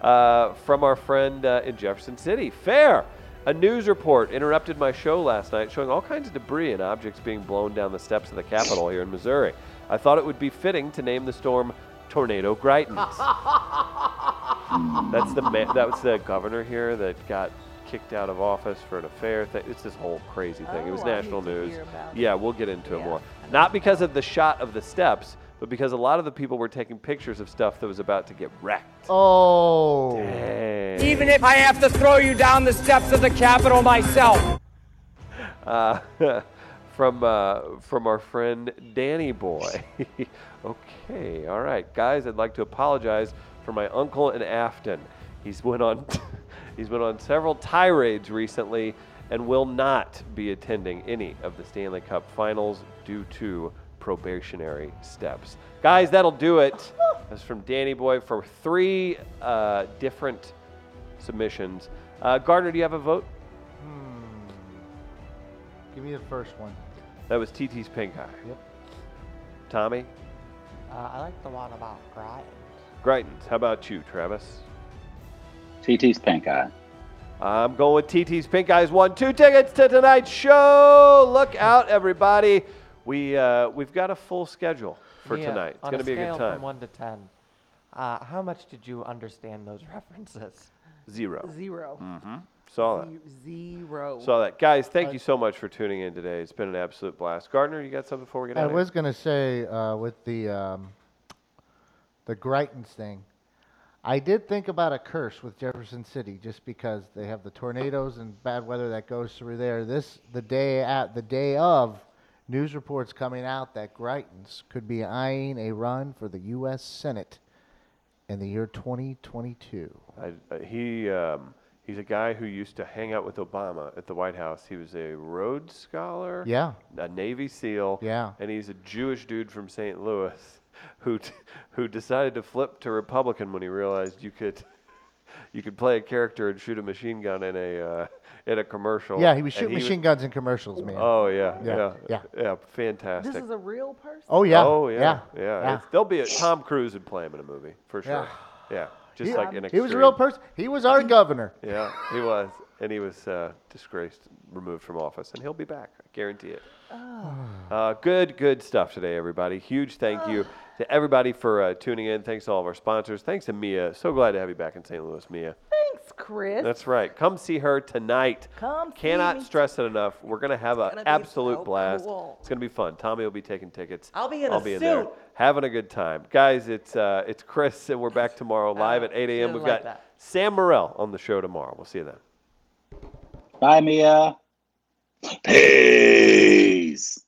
S1: uh, from our friend uh, in Jefferson City. Fair. A news report interrupted my show last night showing all kinds of debris and objects being blown down the steps of the Capitol here in Missouri. I thought it would be fitting to name the storm Tornado Greitens. That's the ma- that was the governor here that got kicked out of office for an affair thing. It's this whole crazy thing. it was
S13: Oh, I need
S1: national
S13: to
S1: news.
S13: hear about
S1: yeah, we'll get into it
S13: Yeah,
S1: more. Not because of the shot of the steps, but because a lot of the people were taking pictures of stuff that was about to get wrecked.
S5: Oh.
S1: Dang.
S14: Even if I have to throw you down the steps of the Capitol myself.
S1: uh, from uh, from our friend Danny Boy. okay, all right, guys. I'd like to apologize for my uncle in Afton. He's went on he's been on several tirades recently and will not be attending any of the Stanley Cup Finals due to probationary steps. Guys, that'll do it. That's from Danny Boy for three uh, different submissions. Uh, Gardner, do you have a vote?
S5: Give me the first one.
S1: That was TT's pink eye.
S5: Yep.
S1: Tommy,
S2: Uh, I like the one about Grimes.
S1: Greitens, how about you, Travis?
S3: TT's pink eye.
S1: I'm going with TT's Pink Eyes. Won two tickets to tonight's show. Look out, everybody. We uh, we've got a full schedule for
S2: Mia,
S1: tonight. It's
S2: on
S1: going to be a
S2: scale
S1: good time.
S2: From one to ten, uh, how much did you understand those references?
S1: Zero.
S4: Zero.
S1: Mm-hmm. Saw that.
S4: Zero.
S1: Saw that, guys.
S2: Uh,
S1: Thank you so much for tuning in today. It's been an absolute blast. Gardner, you got something before we get out?
S5: I
S1: of here?
S5: was gonna say uh, with the um, the Greitens thing, I did think about a curse with Jefferson City just because they have the tornadoes and bad weather that goes through there. This the day at the day of news reports coming out that Greitens could be eyeing a run for the U.S. Senate in the year 2022.
S1: I, uh, he um, he's a guy who used to hang out with Obama at the White House. He was a Rhodes Scholar.
S5: Yeah.
S1: A Navy SEAL.
S5: Yeah.
S1: And he's a Jewish dude from St. Louis who t- who decided to flip to Republican when he realized you could you could play a character and shoot a machine gun in a uh, in a commercial.
S5: Yeah, he
S1: Oh, And
S5: was shooting
S1: was-
S5: machine guns in commercials, man.
S1: Oh yeah, yeah, yeah,
S5: yeah.
S1: fantastic.
S4: This is a real person.
S5: Oh yeah.
S1: Oh yeah,
S5: Yeah.
S1: yeah.
S5: yeah.
S1: It's- There'll be a Tom Cruise would play him in a movie for sure.
S5: Yeah.
S1: Yeah, just
S5: he,
S1: like an.
S5: he was a real
S1: extreme-
S5: person. He was our governor.
S1: yeah, he was, and he was uh, disgraced, removed from office, and he'll be back. I guarantee it.
S2: Ah.
S1: Uh, good, good stuff today, everybody. Huge thank you
S2: Ah.
S1: to everybody for uh, tuning in. Thanks to all of our sponsors. Thanks to Mia. So glad to have you back in St. Louis, Mia.
S4: Thanks, Chris.
S1: That's right. Come see her tonight.
S4: Come see
S1: Cannot
S4: me.
S1: stress it enough. We're gonna have an
S4: gonna be
S1: absolute
S4: so
S1: blast.
S4: cool.
S1: It's gonna be fun. Tommy will be taking tickets.
S2: I'll be in
S1: I'll
S2: a
S1: be in there,
S2: suit.
S1: having a good time, guys. It's uh, it's Chris, and we're back tomorrow live at 8 a.m.
S2: didn't
S1: We've
S2: Uh, like
S1: got
S2: that.
S1: Sam Morrell on the show tomorrow. We'll see you then.
S3: Bye, Mia. Peace.